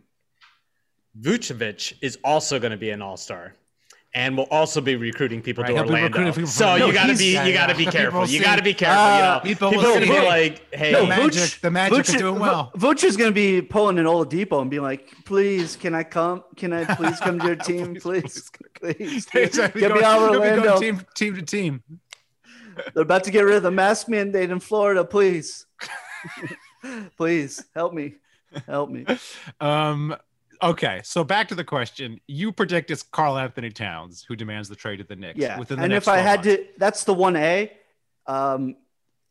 Speaker 9: Vucevic is also going to be an All Star, and will also be recruiting people
Speaker 7: Right,
Speaker 9: to
Speaker 7: he'll be
Speaker 9: Orlando.
Speaker 7: recruiting people from
Speaker 9: so
Speaker 7: New
Speaker 9: you
Speaker 7: York.
Speaker 9: got to
Speaker 7: He's-
Speaker 9: be
Speaker 7: yeah,
Speaker 9: you
Speaker 7: yeah.
Speaker 9: got to be
Speaker 7: People
Speaker 9: careful. You
Speaker 7: see-
Speaker 9: got to be careful.
Speaker 8: Ah,
Speaker 9: you know,
Speaker 7: people
Speaker 9: people,
Speaker 7: will
Speaker 9: will
Speaker 7: see.
Speaker 9: be like, hey,
Speaker 7: The
Speaker 8: No, Vuce-
Speaker 7: magic, the magic
Speaker 8: Vuce-
Speaker 7: is doing well.
Speaker 8: Vu- Vuce is going to be pulling an old depot and being like, "Please, can I come? Can I please come to your team? please, please,
Speaker 7: He'll
Speaker 8: get
Speaker 7: be
Speaker 8: me
Speaker 7: going-
Speaker 8: out of
Speaker 7: he'll be going
Speaker 8: Orlando.
Speaker 7: team team to team.
Speaker 8: They're about to get rid of the mask mandate in Florida. Please, please help me, help me."
Speaker 7: Um, okay, so back to the question. You predict it's Carl Anthony Towns who demands the trade of the Knicks.
Speaker 8: Yeah,
Speaker 7: Within the
Speaker 8: and
Speaker 7: next
Speaker 8: if I
Speaker 7: 12
Speaker 8: had
Speaker 7: months.
Speaker 8: to, that's the one A. Um,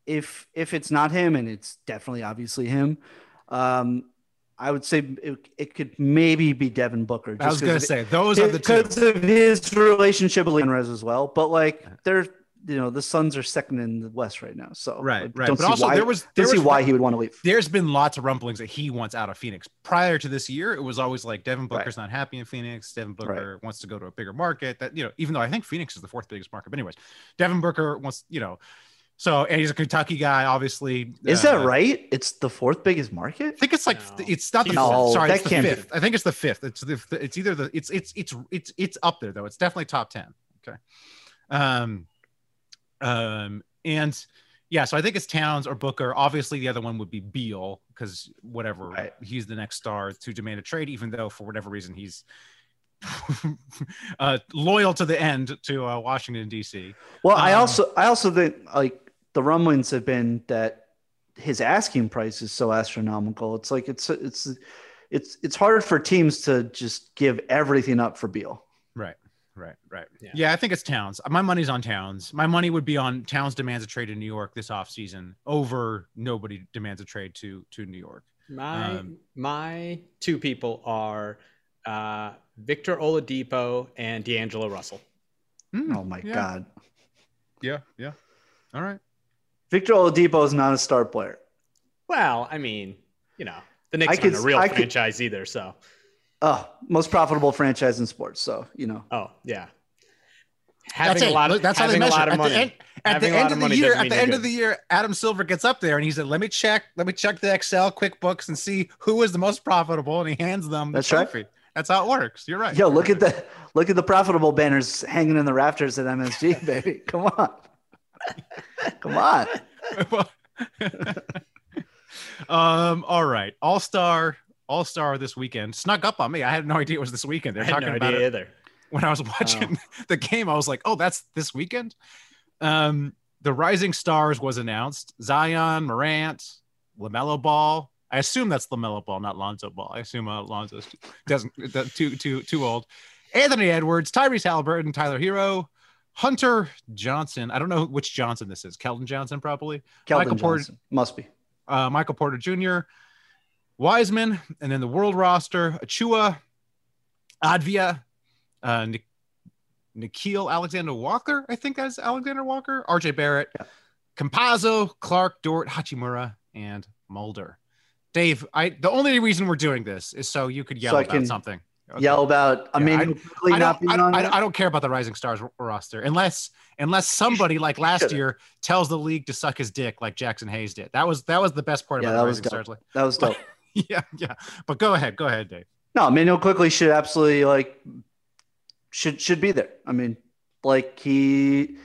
Speaker 8: if if it's not him, and it's definitely obviously him, um, I would say it, it could maybe be Devin Booker.
Speaker 7: I was
Speaker 8: just 'cause
Speaker 7: gonna
Speaker 8: of-
Speaker 7: say those are the two.
Speaker 8: because of his relationship with Leonrez as well. But like they're you know the Suns are second in the West right now, so
Speaker 7: Right,
Speaker 8: like,
Speaker 7: right.
Speaker 8: Don't
Speaker 7: But
Speaker 8: see
Speaker 7: also,
Speaker 8: why,
Speaker 7: there was
Speaker 8: don't
Speaker 7: there
Speaker 8: see
Speaker 7: was
Speaker 8: why he would want to leave.
Speaker 7: there's been lots of rumblings that he wants out of Phoenix. Prior to this year, it was always like Devin Booker's not happy in Phoenix. Devin Booker wants to go to a bigger market. That you know, even though I think Phoenix is the fourth biggest market, but anyways, Devin Booker wants you know. So and he's a Kentucky guy, obviously.
Speaker 8: Is
Speaker 7: Uh,
Speaker 8: that right? It's the fourth biggest market.
Speaker 7: I think it's like
Speaker 9: No.
Speaker 7: it's not the
Speaker 8: No,
Speaker 7: fifth. sorry,
Speaker 8: that
Speaker 7: it's the
Speaker 8: can't be.
Speaker 7: fifth. I think it's the fifth. It's the it's either the it's it's it's it's it's up there though. It's definitely top ten. Okay. Um, um, and yeah, so I think it's Towns or Booker. Obviously, the other one would be Beal because whatever
Speaker 8: Right.
Speaker 7: he's the next star to demand a trade, even though for whatever reason he's uh, loyal to the end to uh, Washington D.C.
Speaker 8: Well, I
Speaker 7: Um,
Speaker 8: also I also think like the rumblings have been that his asking price is so astronomical. It's like it's it's it's it's hard for teams to just give everything up for Beal.
Speaker 7: Right. Right. Right. Yeah.
Speaker 9: Yeah.
Speaker 7: I think it's Towns. My money's on Towns. My money would be on Towns demands a trade in New York this offseason over nobody demands a trade to to New York.
Speaker 9: My
Speaker 7: Um,
Speaker 9: my two people are uh, Victor Oladipo and D'Angelo Russell.
Speaker 7: Hmm,
Speaker 8: Oh my
Speaker 7: yeah,
Speaker 8: God,
Speaker 7: Yeah. Yeah. All right.
Speaker 8: Victor Oladipo is not a star player.
Speaker 9: Well, I mean, you know, the Knicks
Speaker 8: could-
Speaker 9: aren't a real
Speaker 8: I could-
Speaker 9: franchise either. So,
Speaker 8: Oh, most profitable franchise in sports. So you know,
Speaker 9: oh yeah,
Speaker 7: That's
Speaker 9: having a
Speaker 7: it.
Speaker 9: lot of
Speaker 7: Look, that's how they
Speaker 9: having a
Speaker 7: measure. it.
Speaker 9: lot of
Speaker 7: at
Speaker 9: money.
Speaker 7: the end, at the
Speaker 9: Having a lot
Speaker 7: end
Speaker 9: of
Speaker 7: of the
Speaker 9: money
Speaker 7: year,
Speaker 9: doesn't
Speaker 7: at
Speaker 9: mean
Speaker 7: the
Speaker 9: you're
Speaker 7: end of
Speaker 9: good.
Speaker 7: the year, Adam Silver gets up there and he said, "Let me check, let me check the Excel QuickBooks and see who is the most profitable." And he hands them the
Speaker 8: That's right.
Speaker 7: trophy. That's how it works. You're right.
Speaker 8: yo, look at the look at the profitable banners hanging in the rafters at MSG, baby. Come on, come on.
Speaker 7: Well- um. All right. All star. All star this weekend snuck up on me. I had no idea it was this weekend. They're
Speaker 9: I had
Speaker 7: talking
Speaker 9: no
Speaker 7: about
Speaker 9: idea
Speaker 7: it
Speaker 9: either.
Speaker 7: when I was watching the game. I was like, "Oh, that's this weekend." Um. The Rising Stars was announced. Zion, Morant, Lamelo Ball. I assume that's Lamelo Ball, not Lonzo Ball. I assume uh, Lonzo's doesn't too too too old. Anthony Edwards, Tyrese Halliburton, Tyler Hero, Hunter Johnson. I don't know which Johnson this is. Keldon Johnson, probably
Speaker 8: Keldon
Speaker 7: Michael Porter-
Speaker 8: Johnson. must be.
Speaker 7: uh, Michael Porter Jr., Wiseman, and then the world roster, Achua, Advia, uh, Nik- Nikhil Alexander Walker, I think that's Alexander Walker, RJ Barrett, Compazzo, Clark, Dort, Hachimura, and Mulder. Dave, I the only reason we're doing this is so you could yell
Speaker 8: So I
Speaker 7: about
Speaker 8: can
Speaker 7: something. Okay.
Speaker 8: Yell about
Speaker 7: Yeah, I-
Speaker 8: Emmanuel Quickly
Speaker 7: I
Speaker 8: not
Speaker 7: don't,
Speaker 8: being
Speaker 7: I, don't,
Speaker 8: on.
Speaker 7: I,
Speaker 8: there?
Speaker 7: don't- I don't care about the Rising Stars r- roster unless unless somebody like last
Speaker 8: should've.
Speaker 7: year tells the league to suck his dick like Jackson Hayes did. That was that was the best part
Speaker 8: Yeah,
Speaker 7: about
Speaker 8: that
Speaker 7: the
Speaker 8: was
Speaker 7: Rising
Speaker 8: dope.
Speaker 7: Stars. Like,
Speaker 8: that was dope.
Speaker 7: yeah, yeah. But go ahead, go ahead, Dave.
Speaker 8: No, Emmanuel quickly should absolutely like should should be there. I mean, like he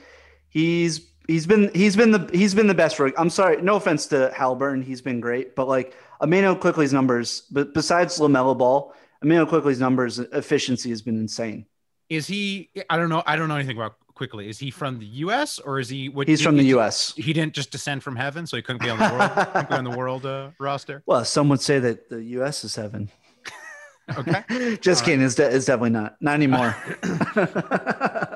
Speaker 8: he's he's been he's been the he's been the best for I'm sorry, no offense to Halburn, he's been great, but like Emmanuel quickly's numbers, but besides LaMelo Ball, Emmanuel quickly's numbers efficiency has been insane.
Speaker 7: Is he? I don't know. I don't know anything about quickly. Is he from the U.S. or is he? What,
Speaker 8: He's
Speaker 7: he-
Speaker 8: from the
Speaker 7: he-
Speaker 8: US.
Speaker 7: He didn't just descend from heaven, so he couldn't be on the world couldn't be on the world uh, roster.
Speaker 8: Well, some would say that the US is heaven.
Speaker 7: Okay.
Speaker 8: Just
Speaker 7: All right.
Speaker 8: kidding, it's, de- it's definitely not. Not anymore.
Speaker 7: Um,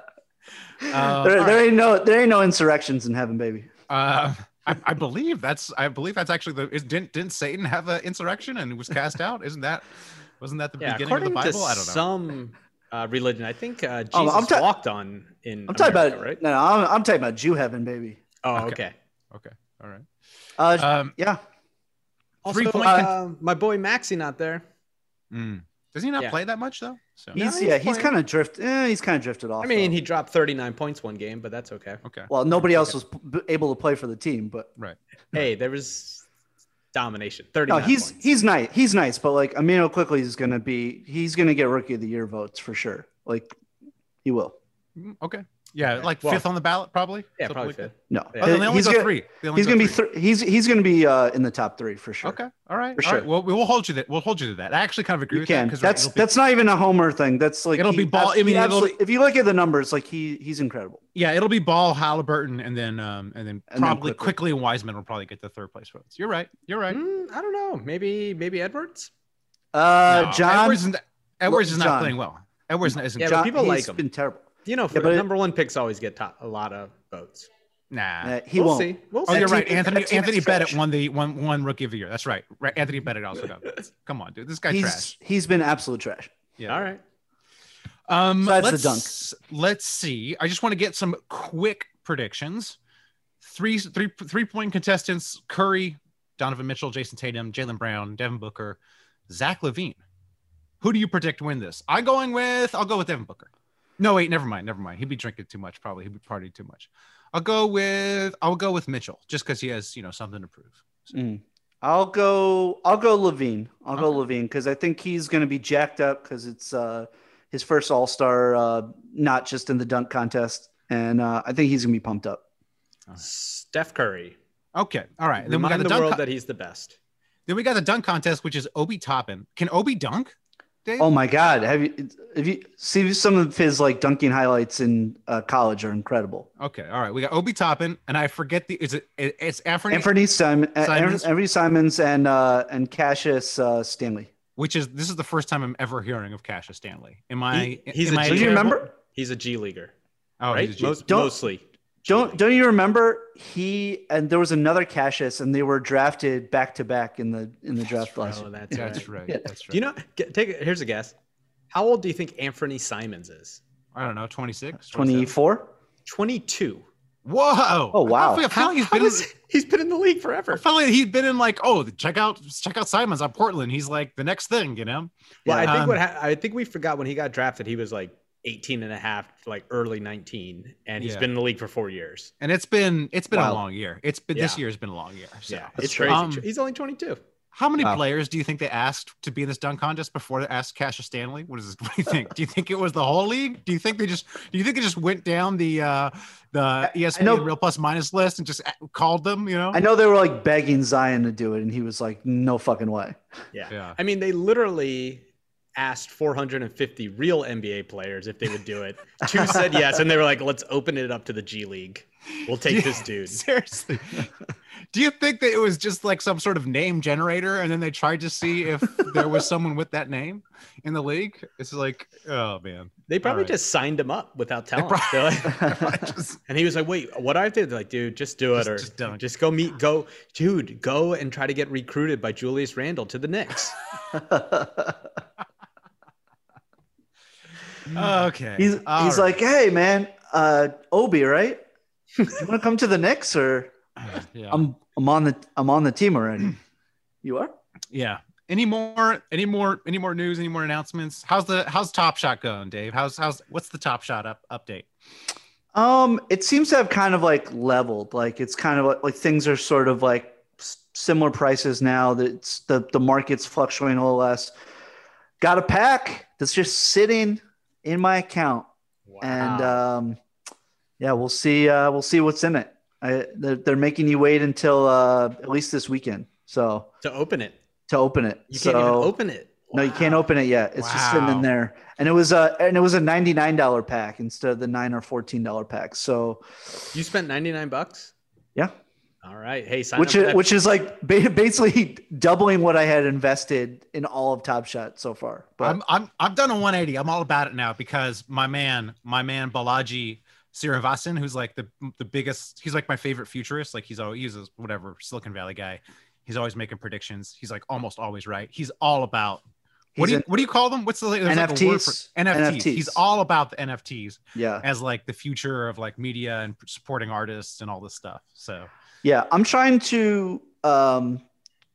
Speaker 8: there,
Speaker 7: all
Speaker 8: there
Speaker 7: right.
Speaker 8: ain't no there ain't no insurrections in heaven, baby.
Speaker 7: Uh, I, I believe that's. I believe that's actually the. Is, didn't didn't Satan have an insurrection and was cast out? Isn't that? Wasn't that the
Speaker 9: Yeah,
Speaker 7: beginning of the
Speaker 9: according
Speaker 7: Bible?
Speaker 9: to
Speaker 7: I don't know.
Speaker 9: some uh, religion, I think uh, Jesus
Speaker 8: Oh, I'm ta-
Speaker 9: walked on in.
Speaker 8: I'm talking
Speaker 9: America,
Speaker 8: about
Speaker 9: right?
Speaker 8: no, no, I'm, I'm talking about Jew heaven, baby.
Speaker 9: Oh,
Speaker 7: Okay.
Speaker 9: okay.
Speaker 7: okay. All right.
Speaker 8: Uh,
Speaker 7: Um,
Speaker 8: yeah,
Speaker 9: Also,
Speaker 7: Three point
Speaker 9: uh, my boy Maxi not there.
Speaker 7: mm. does he not
Speaker 9: Yeah.
Speaker 7: play that much though? So
Speaker 8: he's
Speaker 9: he's
Speaker 8: yeah, he's
Speaker 9: playing.
Speaker 8: kind of drift. Eh, he's kind of drifted off.
Speaker 9: I mean,
Speaker 8: though.
Speaker 9: he dropped 39 points one game, but that's okay.
Speaker 7: okay.
Speaker 8: well, nobody else was p- able to play for the team, but
Speaker 7: Right.
Speaker 9: Hey, there was domination. 39
Speaker 8: no, he's
Speaker 9: points.
Speaker 8: he's nice. He's nice, but like Amino quickly is gonna be. He's gonna get rookie of the year votes for sure. Like he will.
Speaker 7: Mm, Okay. Yeah,
Speaker 9: Okay.
Speaker 7: like
Speaker 9: Well-
Speaker 7: fifth on the ballot probably.
Speaker 9: yeah,
Speaker 7: Something
Speaker 9: probably
Speaker 7: like that.
Speaker 9: fifth.
Speaker 8: No,
Speaker 9: Yeah.
Speaker 7: Oh, then they only
Speaker 8: he's
Speaker 7: go
Speaker 8: gonna,
Speaker 7: three. They only
Speaker 8: he's
Speaker 7: go
Speaker 8: gonna be
Speaker 7: three.
Speaker 8: thr he's he's gonna be uh, in the top three for sure.
Speaker 7: Okay. All right.
Speaker 8: For
Speaker 7: All right.
Speaker 8: sure.
Speaker 7: Well, we will hold you that. We'll hold you to that. I actually kind of agree
Speaker 8: You
Speaker 7: with
Speaker 8: can.
Speaker 7: that
Speaker 8: that's
Speaker 7: it'll be-
Speaker 8: that's not even a homer thing. That's like
Speaker 7: It'll
Speaker 8: he
Speaker 7: be ball-
Speaker 8: abs-
Speaker 7: I mean,
Speaker 8: he
Speaker 7: it'll be-
Speaker 8: absolutely- if you look at the numbers, like he he's incredible.
Speaker 7: yeah. It'll be Ball, Halliburton, and then um and then
Speaker 8: And then
Speaker 7: probably quickly.
Speaker 8: Quickly.
Speaker 7: and Wiseman will probably get the third place votes. You're right. You're right.
Speaker 9: Mm, I don't know. Maybe maybe Edwards.
Speaker 8: Uh,
Speaker 7: No,
Speaker 8: John,
Speaker 7: Edwards, is- Edwards is not
Speaker 8: John.
Speaker 7: playing well. Edwards isn't.
Speaker 9: Yeah, but
Speaker 8: John,
Speaker 9: people
Speaker 8: he's
Speaker 9: like him.
Speaker 8: Been terrible.
Speaker 9: You know, for
Speaker 8: but it-
Speaker 9: number one picks always get top, a lot of votes.
Speaker 7: nah.
Speaker 8: Uh, he
Speaker 9: we'll
Speaker 8: won't.
Speaker 9: see. We'll
Speaker 7: Oh,
Speaker 9: see.
Speaker 7: you're right.
Speaker 8: team-
Speaker 7: Anthony
Speaker 8: that team is
Speaker 7: Anthony Bennett
Speaker 8: trash.
Speaker 7: won the one one rookie of the year. That's right. right. Anthony Bennett also got. votes. Come on, dude. This guy
Speaker 8: he's
Speaker 7: trash.
Speaker 8: he's been absolute trash.
Speaker 7: Yeah.
Speaker 9: All right.
Speaker 7: Um,
Speaker 8: Besides the
Speaker 7: let's,
Speaker 8: dunk.
Speaker 7: Let's see. I just want to get some quick predictions. Three, three, three point contestants: Curry, Donovan Mitchell, Jason Tatum, Jalen Brown, Devin Booker, Zach Levine. Who do you predict win this? I'm going with. I'll go with Devin Booker. No, wait, never mind, never mind. He'd be drinking too much, probably. He'd be partying too much. I'll go with. I'll go with Mitchell, just because he has, you know, something to prove. Mm.
Speaker 8: I'll go. I'll go Levine. I'll go Levine because I think he's going to be jacked up because it's uh, his first All Star, uh, not just in the dunk contest, and uh, I think he's going to be pumped up.
Speaker 9: Steph Curry.
Speaker 7: Okay, all right. Then we got
Speaker 9: Remind
Speaker 7: the,
Speaker 9: the,
Speaker 7: dunk.
Speaker 9: world
Speaker 7: con-
Speaker 9: that he's the best.
Speaker 7: then we got the dunk contest, which is Obi Toppin. Can Obi dunk? Dave?
Speaker 8: Oh my God! Have you have you see some of his like dunking highlights in uh, college are incredible.
Speaker 7: Okay, all right. We got Obi Toppin, and I forget the is it it's Anthony.
Speaker 8: Anthony Simon,
Speaker 7: Simons?
Speaker 8: Simons, Anthony Simons, and uh, and Cassius uh, Stanley.
Speaker 7: which is this is the first time I'm ever hearing of Cassius Stanley. Am I?
Speaker 9: He- he's
Speaker 7: am
Speaker 9: a
Speaker 7: I
Speaker 9: G-
Speaker 8: Do you
Speaker 7: terrible?
Speaker 8: remember?
Speaker 9: He's a G leaguer,
Speaker 7: Oh,
Speaker 9: right?
Speaker 7: he's a G.
Speaker 9: Most,
Speaker 8: Don't-
Speaker 9: mostly. G
Speaker 8: Don't
Speaker 9: league.
Speaker 8: don't you remember he and there was another Cassius and they were drafted back to back in the in the draft last
Speaker 9: Oh,
Speaker 8: year.
Speaker 9: that's
Speaker 7: Yeah,
Speaker 9: right.
Speaker 7: that's right.
Speaker 8: Yeah.
Speaker 7: That's right.
Speaker 9: Do you know? Get, take a- here's a guess. How old do you think Anthony Simons is?
Speaker 7: I don't know. 26,
Speaker 8: 24?
Speaker 7: 27?
Speaker 9: 22.
Speaker 7: Whoa!
Speaker 8: Oh, wow.
Speaker 7: I feel, I feel like he's
Speaker 9: How
Speaker 7: been. in-
Speaker 9: is- he's been in the league
Speaker 7: I
Speaker 9: forever.
Speaker 7: feel like he's been in like, oh, check out check out Simons on Portland. He's like the next thing, you know.
Speaker 9: Well, I think
Speaker 7: Um,
Speaker 9: what ha- I think we forgot when he got drafted, he was like 18 and a half, like early 19, and he's
Speaker 7: Yeah.
Speaker 9: been in the league for four years.
Speaker 7: And it's been it's been
Speaker 8: Wild.
Speaker 7: a long year. It's been this
Speaker 9: Yeah.
Speaker 7: year has been a long year. So.
Speaker 9: yeah,
Speaker 8: that's
Speaker 9: it's
Speaker 8: true.
Speaker 9: crazy.
Speaker 7: Um,
Speaker 9: he's only 22.
Speaker 7: How many
Speaker 8: Wow.
Speaker 7: players do you think they asked to be in this dunk contest before they asked Cassius Stanley? What is this? What do you think? do you think it was the whole league? Do you think they just do you think it just went down the uh the ESPN
Speaker 8: know-
Speaker 7: real plus minus list and just a- called them? You know?
Speaker 8: I know they were like begging Zion to do it and he was like no fucking way.
Speaker 9: Yeah.
Speaker 7: Yeah.
Speaker 9: I mean, they literally asked 450 real NBA players if they would do it. Two said yes, and they were like, let's open it up to the G League. We'll take
Speaker 7: Yeah.
Speaker 9: this dude.
Speaker 7: Seriously. do you think that it was just like some sort of name generator and then they tried to see if there was someone with that name in the league? It's like, oh man.
Speaker 9: They probably
Speaker 7: right.
Speaker 9: just signed him up without telling.
Speaker 7: prob-
Speaker 9: They're like-
Speaker 7: Just-
Speaker 9: and he was like, "Wait, what do I have to?" do?" They're like, "Dude, just do it,
Speaker 7: Just-
Speaker 9: or
Speaker 7: just
Speaker 9: just,
Speaker 7: dunk.
Speaker 9: go meet, go, dude, go and try to get recruited by Julius Randle to the Knicks."
Speaker 7: okay.
Speaker 8: he's
Speaker 7: All
Speaker 8: he's
Speaker 7: right.
Speaker 8: like, "Hey man, uh Obi, right? You want to come to the Knicks or
Speaker 7: yeah.
Speaker 8: I'm I'm on the I'm on the team already." you are?
Speaker 7: Yeah. Any more? Any more? Any more news? Any more announcements? How's the How's Top Shot going, Dave? How's How's What's the Top Shot up update?
Speaker 8: Um, it seems to have kind of like leveled. Like it's kind of like, like things are sort of like s- similar prices now. That's the the market's fluctuating a little less. Got a pack that's just sitting in my account, and um, yeah, we'll see. Uh, we'll see what's in it. I, they're, they're making you wait until uh, at least this weekend, so
Speaker 9: to open it,
Speaker 8: to open it.
Speaker 9: you
Speaker 8: so
Speaker 9: can't even open it.
Speaker 8: no, you can't open it yet. It's just sitting
Speaker 7: Wow.
Speaker 8: in there. And it was a and it was a ninety nine dollar pack instead of the nine or fourteen dollar pack. So
Speaker 9: You spent ninety nine bucks.
Speaker 8: Yeah.
Speaker 9: All right. Hey, sign
Speaker 8: which
Speaker 9: up. For
Speaker 8: is,
Speaker 9: that.
Speaker 8: which is like ba- basically doubling what I had invested in all of Top Shot so far. But
Speaker 7: I'm I'm I'm done a 180. I'm all about it now because my man, my man Balaji Siravasan, who's like the the biggest. He's like my favorite futurist. Like he's always he's a, whatever Silicon Valley guy. He's always making predictions. He's like almost always right. He's all about what do
Speaker 8: he's
Speaker 7: you
Speaker 8: in-
Speaker 7: what do you call them? What's the there's like a word for-
Speaker 8: NFTs?
Speaker 7: NFTs. He's
Speaker 8: NFTs.
Speaker 7: all about the NFTs
Speaker 8: yeah,
Speaker 7: as like the future of like media and supporting artists and all this stuff. So
Speaker 8: yeah. I'm trying to um,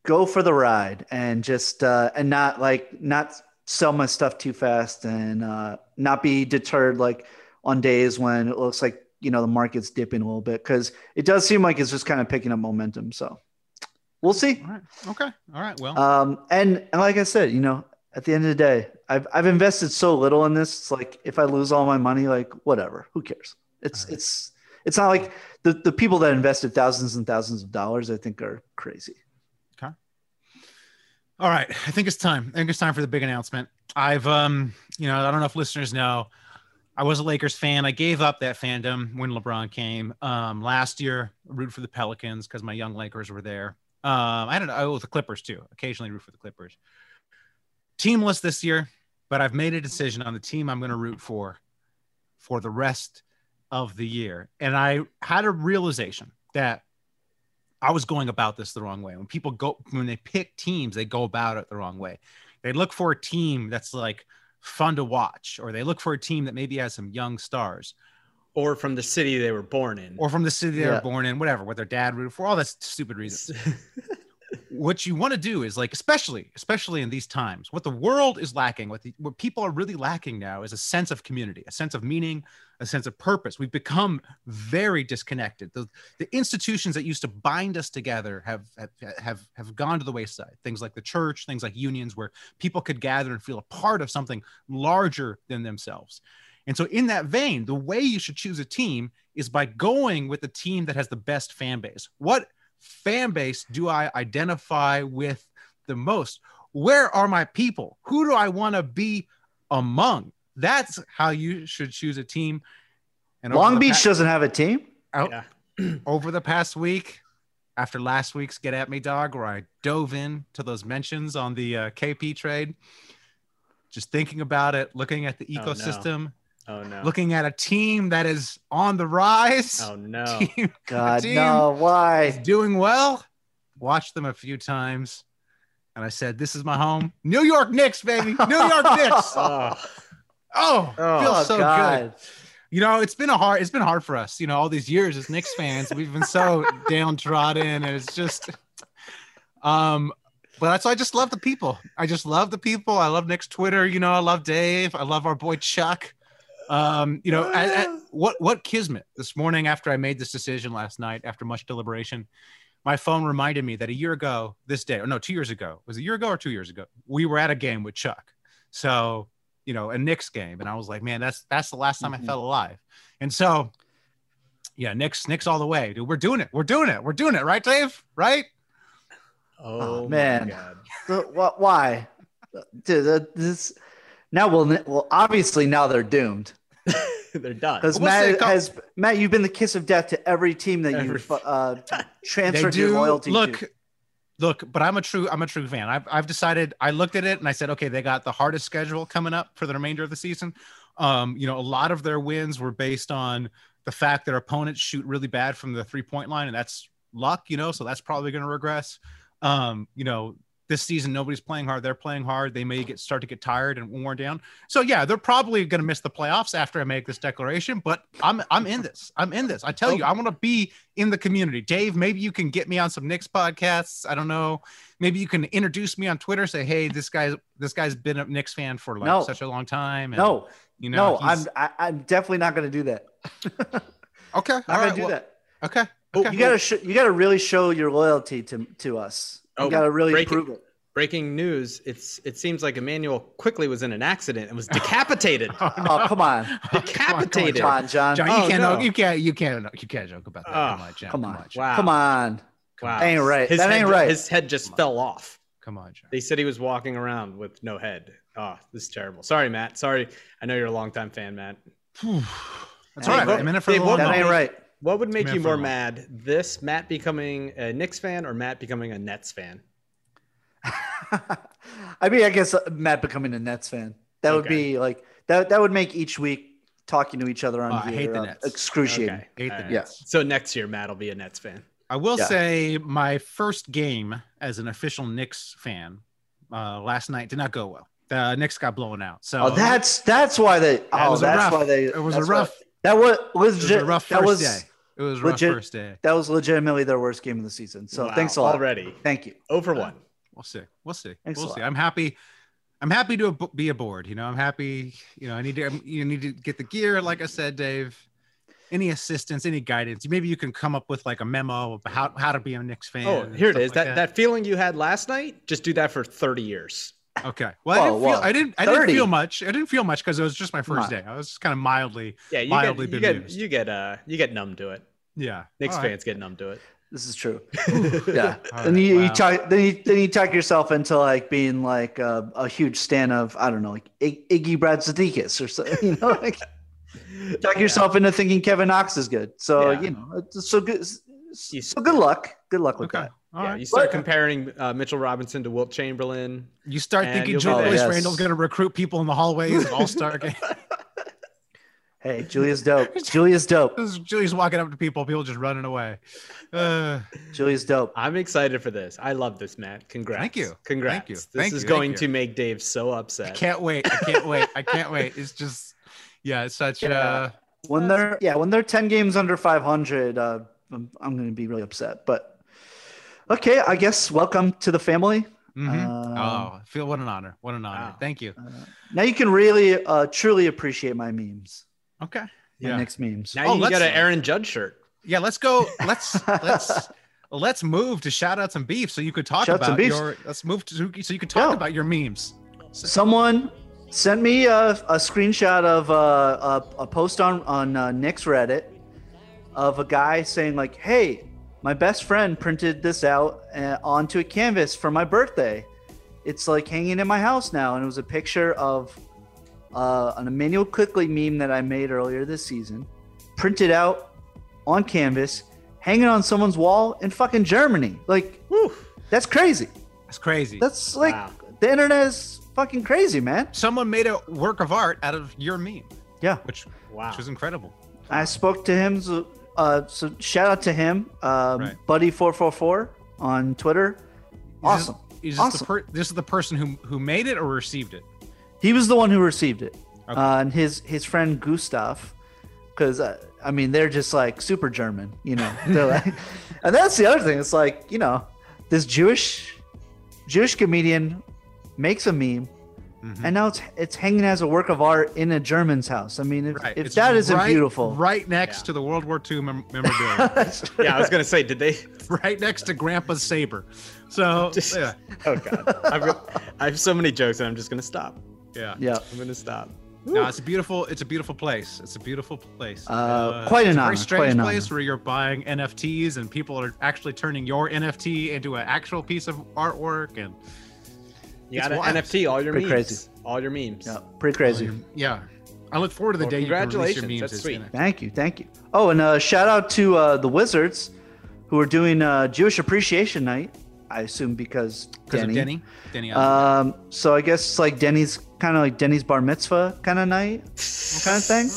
Speaker 8: go for the ride and just uh, and not like not sell my stuff too fast and uh, not be deterred like on days when it looks like you know the market's dipping a little bit because it does seem like it's just kind of picking up momentum. So we'll see.
Speaker 7: All right. Okay. All right. Well,
Speaker 8: Um, and, and like I said, you know, at the end of the day, I've I've invested so little in this. It's like if I lose all my money, like whatever, who cares? It's
Speaker 7: All right.
Speaker 8: it's it's not like the the people that invested thousands and thousands of dollars, I think, are crazy.
Speaker 7: all right. I think it's time. I think it's time for the big announcement. I've, um, you know, I don't know if listeners know, I was a Lakers fan. I gave up that fandom when LeBron came um, last year. Root for the Pelicans because my young Lakers were there. Um, I don't know. Oh, the Clippers too. Occasionally root for the Clippers. Teamless this year, but I've made a decision on the team I'm going to root for for the rest of the year. And I had a realization that I was going about this the wrong way. When people go, when they pick teams, they go about it the wrong way. They look for a team that's like fun to watch, or they look for a team that maybe has some young stars,
Speaker 9: or from the city they were born in.
Speaker 7: or from the city they
Speaker 8: Yeah.
Speaker 7: were born in, whatever, what their dad rooted for, all that stupid reasons. what you want to do is like, especially, especially in these times, what the world is lacking, what, the, what people are really lacking now is a sense of community, a sense of meaning, a sense of purpose. We've become very disconnected. The, the institutions that used to bind us together have, have have have gone to the wayside. Things like the church, things like unions, where people could gather and feel a part of something larger than themselves. And so, in that vein, the way you should choose a team is by going with the team that has the best fan base. What fan base do I identify with the most? Where are my people? Who do I want to be among? That's how you should choose a team. And over
Speaker 8: Long
Speaker 7: the
Speaker 8: Beach
Speaker 7: pa-
Speaker 8: doesn't have a team.
Speaker 7: out
Speaker 9: Yeah.
Speaker 7: over the past week, after last week's Get At Me Dog, where I dove in to those mentions on the uh, KP trade. Just thinking about it, looking at the
Speaker 9: Oh, no.
Speaker 7: ecosystem,
Speaker 9: Oh no.
Speaker 7: looking at a team that is on the rise,
Speaker 9: Oh no.
Speaker 7: team
Speaker 8: God,
Speaker 7: team
Speaker 8: no. Why?
Speaker 7: doing well. Watched them a few times, and I said, "This is my home, New York Knicks, baby, New York Knicks."
Speaker 9: Oh,
Speaker 7: Oh,
Speaker 9: Oh,
Speaker 7: feels so
Speaker 8: God.
Speaker 7: good. You know, it's been a hard it's been hard for us, you know, all these years as Knicks fans. We've been so downtrodden and it's just um but that's why I just love the people. I just love the people. I love Nick's Twitter, you know, I love Dave, I love our boy Chuck. Um, you know, I, I- what what kismet this morning after I made this decision last night after much deliberation, my phone reminded me that a year ago this day, or no, two years ago, was it a year ago or two years ago, we were at a game with Chuck. So you know, a Knicks game. And I was like, man, that's that's the last time I felt alive. And so yeah, Knicks, Knicks all the way, dude. We're doing it. We're doing it. We're doing it, right, Dave? Right?
Speaker 9: oh
Speaker 8: Oh,
Speaker 9: my
Speaker 8: man.
Speaker 9: God.
Speaker 8: The- wh- Why? Dude, that- this. Now we'll well obviously now they're doomed
Speaker 9: They're done.
Speaker 8: because
Speaker 7: We'll say a
Speaker 8: Matt
Speaker 7: couple-
Speaker 8: has Matt you've been the kiss of death to every team that
Speaker 9: Every-
Speaker 8: you've uh,
Speaker 7: They
Speaker 8: transferred your
Speaker 7: do
Speaker 8: loyalty
Speaker 7: look,
Speaker 8: to.
Speaker 7: look, but I'm a true, I'm a true fan. I've I've decided I looked at it and I said, okay, they got the hardest schedule coming up for the remainder of the season. Um, you know, a lot of their wins were based on the fact that opponents shoot really bad from the three point line, and that's luck, you know, so that's probably gonna regress. Um, you know, this season nobody's playing hard, they're playing hard, they may get start to get tired and worn down. So yeah, they're probably gonna miss the playoffs after I make this declaration, but I'm I'm in this. I'm in this. I tell you, I want to be in the community. Dave, maybe you can get me on some Knicks podcasts. I don't know. Maybe you can introduce me on Twitter, say, hey, this guy's this guy's been a Knicks fan for like
Speaker 8: No.
Speaker 7: such a long time. And,
Speaker 8: No,
Speaker 7: you know,
Speaker 8: no, I'm I, I'm definitely not going to do that.
Speaker 7: okay.
Speaker 8: Not
Speaker 7: all
Speaker 8: going
Speaker 7: right,
Speaker 8: to do
Speaker 7: well,
Speaker 8: that.
Speaker 7: Okay.
Speaker 9: Oh,
Speaker 7: okay.
Speaker 8: You gotta sh- you gotta really show your loyalty to to us. You
Speaker 9: Oh,
Speaker 8: gotta really
Speaker 9: break it.
Speaker 8: prove it.
Speaker 9: Breaking news: It's it seems like Emmanuel quickly was in an accident and was decapitated.
Speaker 8: Oh come on,
Speaker 9: decapitated.
Speaker 8: come on, John,
Speaker 7: John, you
Speaker 9: Oh,
Speaker 7: can't,
Speaker 9: no.
Speaker 7: you can't, you can't, you can't joke about that.
Speaker 9: Oh,
Speaker 7: come on, John.
Speaker 8: Ah, come on,
Speaker 7: John.
Speaker 9: Wow.
Speaker 8: come on.
Speaker 9: Wow.
Speaker 8: That ain't right. That
Speaker 9: head,
Speaker 8: ain't right.
Speaker 9: His head just fell off.
Speaker 7: Come on, John.
Speaker 9: They said he was walking around with no head. Oh, this is terrible. Sorry, Matt. Sorry. I know you're a longtime fan, Matt.
Speaker 7: That's all right.
Speaker 9: Dave,
Speaker 7: I'm in it for
Speaker 9: Dave,
Speaker 7: the long
Speaker 9: what-
Speaker 8: That
Speaker 7: haul.
Speaker 8: ain't right.
Speaker 9: What would make
Speaker 7: Matt
Speaker 9: you more
Speaker 7: Furlong.
Speaker 9: mad? This Matt becoming a Knicks fan or Matt becoming a Nets fan?
Speaker 8: I mean, I guess uh, Matt becoming a Nets fan. That would
Speaker 9: Okay.
Speaker 8: be like that. That would make each week talking to each other on
Speaker 7: Oh, I
Speaker 8: here,
Speaker 7: hate the
Speaker 8: uh,
Speaker 7: Nets.
Speaker 8: excruciating.
Speaker 9: Okay.
Speaker 7: Hate the
Speaker 9: All right.
Speaker 8: Nets.
Speaker 9: So next year, Matt will be a Nets fan.
Speaker 7: I will
Speaker 8: Yeah.
Speaker 7: say my first game as an official Knicks fan uh, last night did not go well. The Knicks got blown out. So
Speaker 8: Oh, that's that's why they. oh,
Speaker 7: was a
Speaker 8: that's
Speaker 7: rough-
Speaker 8: why they.
Speaker 7: it was a
Speaker 8: that's why-
Speaker 7: rough,
Speaker 8: that was
Speaker 7: it
Speaker 8: legit.
Speaker 7: was a rough first
Speaker 8: that was
Speaker 7: day. It was a rough
Speaker 8: legit-
Speaker 7: first day.
Speaker 8: that was legitimately their worst game of the season. So
Speaker 9: Wow,
Speaker 8: thanks a lot.
Speaker 9: Already
Speaker 8: Thank you.
Speaker 9: over
Speaker 7: Uh,
Speaker 9: one.
Speaker 7: We'll see. We'll see.
Speaker 8: Thanks
Speaker 7: we'll
Speaker 8: a
Speaker 7: see.
Speaker 8: lot.
Speaker 7: I'm happy. I'm happy to ab- be aboard. You know, I'm happy. You know, I need to. I'm- You need to get the gear, like I said, Dave. Any assistance, any guidance? Maybe you can come up with like a memo of how, how to be a Knicks fan.
Speaker 9: Oh,
Speaker 7: and
Speaker 9: here it
Speaker 7: stuff
Speaker 9: is.
Speaker 7: like
Speaker 9: that, that feeling you had last night, just do that for 30 years.
Speaker 7: Okay. Well, I
Speaker 8: Whoa,
Speaker 7: didn't feel.
Speaker 8: whoa.
Speaker 7: I didn't. I didn't
Speaker 8: 30.
Speaker 7: feel much. I didn't feel much because it was just my first
Speaker 8: on.
Speaker 7: day. I was kind of mildly.
Speaker 9: Yeah, you
Speaker 7: Mildly
Speaker 9: get you get,
Speaker 7: bemused.
Speaker 9: you get uh you get numb to it.
Speaker 7: Yeah.
Speaker 9: Knicks
Speaker 7: All right.
Speaker 9: fans get numb to it.
Speaker 8: This is true. yeah.
Speaker 7: All right,
Speaker 8: and you, you
Speaker 7: wow.
Speaker 8: talk then you, then you talk yourself into like being like a, a huge stan of I don't know like I- Iggy Bratzadikis or something. You know, like talk yourself into thinking Kevin Knox is good. So
Speaker 9: Yeah.
Speaker 8: you know, it's so good.
Speaker 9: He's-
Speaker 8: So good luck. Good luck with
Speaker 7: Okay.
Speaker 8: that.
Speaker 7: All
Speaker 9: yeah,
Speaker 7: right.
Speaker 9: you start
Speaker 8: But-
Speaker 9: comparing uh, Mitchell Robinson to Wilt Chamberlain.
Speaker 7: You start
Speaker 9: And
Speaker 7: thinking
Speaker 9: you'll be
Speaker 7: Julius
Speaker 8: there.
Speaker 7: Randle's
Speaker 8: Yes.
Speaker 7: going to recruit people in the hallways and all star game.
Speaker 8: Hey, Julia's dope. Julia's dope.
Speaker 7: Julie's walking up to people, people just running away. Uh,
Speaker 8: Julia's dope.
Speaker 9: I'm excited for this. I love this, Matt. Congrats.
Speaker 7: Thank you.
Speaker 9: Congrats.
Speaker 7: Thank you.
Speaker 9: This
Speaker 7: Thank
Speaker 9: is
Speaker 7: you.
Speaker 9: going
Speaker 7: Thank
Speaker 9: to
Speaker 7: you.
Speaker 9: make Dave so upset.
Speaker 7: I can't wait. I can't wait. I can't wait. It's just, yeah, it's such a. Uh,
Speaker 8: When they're yeah, when they're ten games under five hundred, uh, I'm, I'm going to be really upset. But okay, I guess welcome to the family.
Speaker 7: mhm.
Speaker 8: Um,
Speaker 7: oh, I feel what an honor. What an honor.
Speaker 9: Wow. Uh,
Speaker 7: Thank you.
Speaker 8: Now you can really uh, truly appreciate my memes.
Speaker 7: Okay.
Speaker 8: My
Speaker 7: Yeah.
Speaker 8: next memes.
Speaker 9: Now
Speaker 7: Oh,
Speaker 9: you
Speaker 7: let's-
Speaker 9: got an Aaron Judge shirt.
Speaker 7: Yeah. Let's go. Let's, let's, let's move to shout outs and beef so you could talk
Speaker 8: Shout-outs and
Speaker 7: about
Speaker 8: beefs.
Speaker 7: your, let's move to, so you could talk
Speaker 8: Yeah.
Speaker 7: about your memes.
Speaker 8: Someone sent me a, a screenshot of uh, a, a post on on uh, Nick's Reddit of a guy saying like, "Hey, my best friend printed this out uh, onto a canvas for my birthday. It's like hanging in my house now." And it was a picture of uh, an Emmanuel Quickly meme that I made earlier this season, printed out on canvas, hanging on someone's wall in fucking Germany. Like,
Speaker 9: Whew.
Speaker 8: that's crazy.
Speaker 7: That's crazy.
Speaker 8: That's like
Speaker 9: Wow.
Speaker 8: the internet is fucking crazy, man.
Speaker 7: Someone made a work of art out of your meme,
Speaker 8: Yeah.
Speaker 7: which
Speaker 9: Wow.
Speaker 7: which is incredible.
Speaker 8: I spoke to him. So, uh, so shout out to him, um,
Speaker 7: Right.
Speaker 8: buddy four four four on Twitter. Awesome.
Speaker 7: Is this,
Speaker 8: awesome.
Speaker 7: the per- this is the person who who made it or received it?
Speaker 8: he was the one who received it,
Speaker 7: Okay.
Speaker 8: uh, and his his friend Gustav, because uh, I mean they're just like super German, you know. They're like, and that's the other thing. It's like you know, this Jewish Jewish comedian makes a meme.
Speaker 7: Mm-hmm.
Speaker 8: And now it's it's hanging as a work of art in a German's house. I mean, if,
Speaker 7: Right.
Speaker 8: if
Speaker 7: It's
Speaker 8: that isn't
Speaker 7: right-
Speaker 8: beautiful,
Speaker 7: right next
Speaker 9: Yeah.
Speaker 7: to the World War II mem- memorabilia,
Speaker 9: Yeah, I was gonna say, did they?
Speaker 7: right next to Grandpa's saber. So
Speaker 9: Just-
Speaker 7: yeah,
Speaker 9: Oh god, I've re- I have so many jokes, and I'm just gonna stop.
Speaker 7: yeah.
Speaker 8: yeah,
Speaker 9: I'm gonna stop.
Speaker 7: No, it's a beautiful. It's a beautiful place. It's a beautiful place.
Speaker 8: Uh, quite
Speaker 7: it's
Speaker 8: an
Speaker 7: a
Speaker 8: honor,
Speaker 7: very
Speaker 8: quite
Speaker 7: strange
Speaker 8: an
Speaker 7: place
Speaker 8: honor.
Speaker 7: where you're buying NFTs and people are actually turning your NFT into an actual piece of artwork and
Speaker 9: You
Speaker 7: It's
Speaker 9: got to
Speaker 7: wild.
Speaker 9: NFT all your
Speaker 8: Pretty
Speaker 9: memes.
Speaker 8: crazy.
Speaker 9: All your memes.
Speaker 8: yeah, pretty crazy.
Speaker 7: Oh, yeah. I look forward to the
Speaker 9: Well,
Speaker 7: day you can release your
Speaker 9: congratulations,
Speaker 7: memes.
Speaker 9: that's
Speaker 7: as
Speaker 9: sweet.
Speaker 7: an
Speaker 8: Thank you, thank you. Oh, and uh, shout out to uh, the Wizards, who are doing uh, Jewish Appreciation Night. I assume because
Speaker 7: Because
Speaker 8: Denny.
Speaker 7: of Denny. Denny. Allen.
Speaker 8: Um, so I guess it's like Denny's kind of like Denny's bar mitzvah kind of night, kind of thing.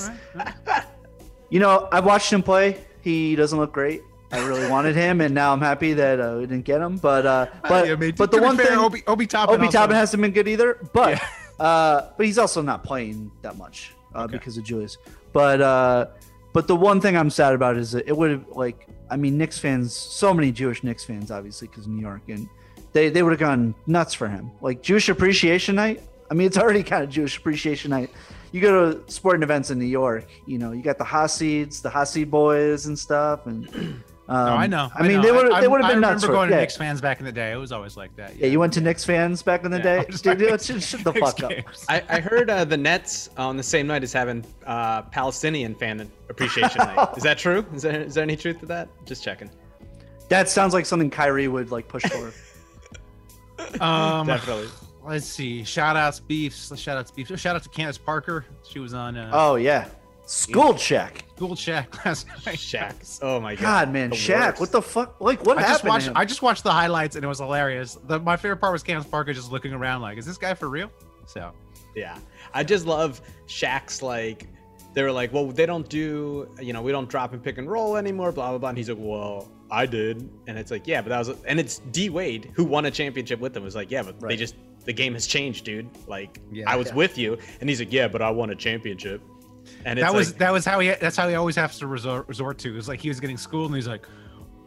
Speaker 8: You know, I watched him play. He doesn't look great. I really wanted him, and now I'm happy that uh, we didn't get him. But uh, but
Speaker 7: Yeah, I mean,
Speaker 8: but
Speaker 7: to
Speaker 8: the
Speaker 7: be
Speaker 8: one
Speaker 7: fair,
Speaker 8: thing
Speaker 7: Obi, Obi Toppin.
Speaker 8: Obi
Speaker 7: also-
Speaker 8: Toppin hasn't been good either, but uh, but he's also not playing that much uh, because of Julius. But uh, but the one thing I'm sad about is that it would have like I mean Knicks fans, so many Jewish Knicks fans, obviously because New York, and they they would have gone nuts for him. Like Jewish Appreciation Night. I mean, it's already kind of Jewish Appreciation Night. You go to sporting events in New York, you know, you got the Hasids, the Hasid boys and stuff, and um,
Speaker 7: No, I know.
Speaker 8: I mean,
Speaker 7: know.
Speaker 8: they would
Speaker 7: I-
Speaker 8: they would have
Speaker 7: I
Speaker 8: been nuts
Speaker 7: remember
Speaker 8: for
Speaker 7: going
Speaker 8: it.
Speaker 7: to
Speaker 8: Yeah.
Speaker 7: Knicks fans back in the day. It was always like that.
Speaker 8: Yeah, you went to Knicks fans back in the
Speaker 7: Yeah,
Speaker 8: day.
Speaker 7: I was
Speaker 8: Dude,
Speaker 7: like-
Speaker 8: let's just shut the
Speaker 7: Knicks
Speaker 8: fuck up.
Speaker 7: games.
Speaker 9: I, I heard uh, the Nets on the same night as having uh, Palestinian fan appreciation night. Is that true? Is there, is there any truth to that? Just checking.
Speaker 8: That sounds like something Kyrie would like push for.
Speaker 7: Um,
Speaker 9: Definitely.
Speaker 7: Let's see. Shout outs, beefs. Shout outs, beefs. Shout out to Candace Parker. She was on uh,
Speaker 8: oh yeah, school check.
Speaker 7: School Shack last night.
Speaker 9: Shaq. Oh my god.
Speaker 8: God, man,
Speaker 9: The
Speaker 8: Shaq,
Speaker 9: worst.
Speaker 8: what the fuck? Like, what
Speaker 7: I
Speaker 8: happened?
Speaker 7: just watched.
Speaker 8: to him?
Speaker 7: I just watched the highlights and it was hilarious. The, my favorite part was Candace Parker just looking around like, "Is this guy for real?" So
Speaker 9: Yeah. I just love Shaq's like they were like, well, they don't do, you know, we don't drop and pick and roll anymore, blah blah blah. And he's like, well, I did, and it's like, yeah, but that was, and it's D Wade who won a championship with them. Was like, yeah, but they
Speaker 8: Right.
Speaker 9: just the game has changed, dude. Like,
Speaker 7: Yeah.
Speaker 9: I was with you, and he's like, yeah, but I won a championship. And it's
Speaker 7: that was
Speaker 9: like,
Speaker 7: that was how he. That's how he always has to resort, resort to. It's like he was getting schooled and he's like,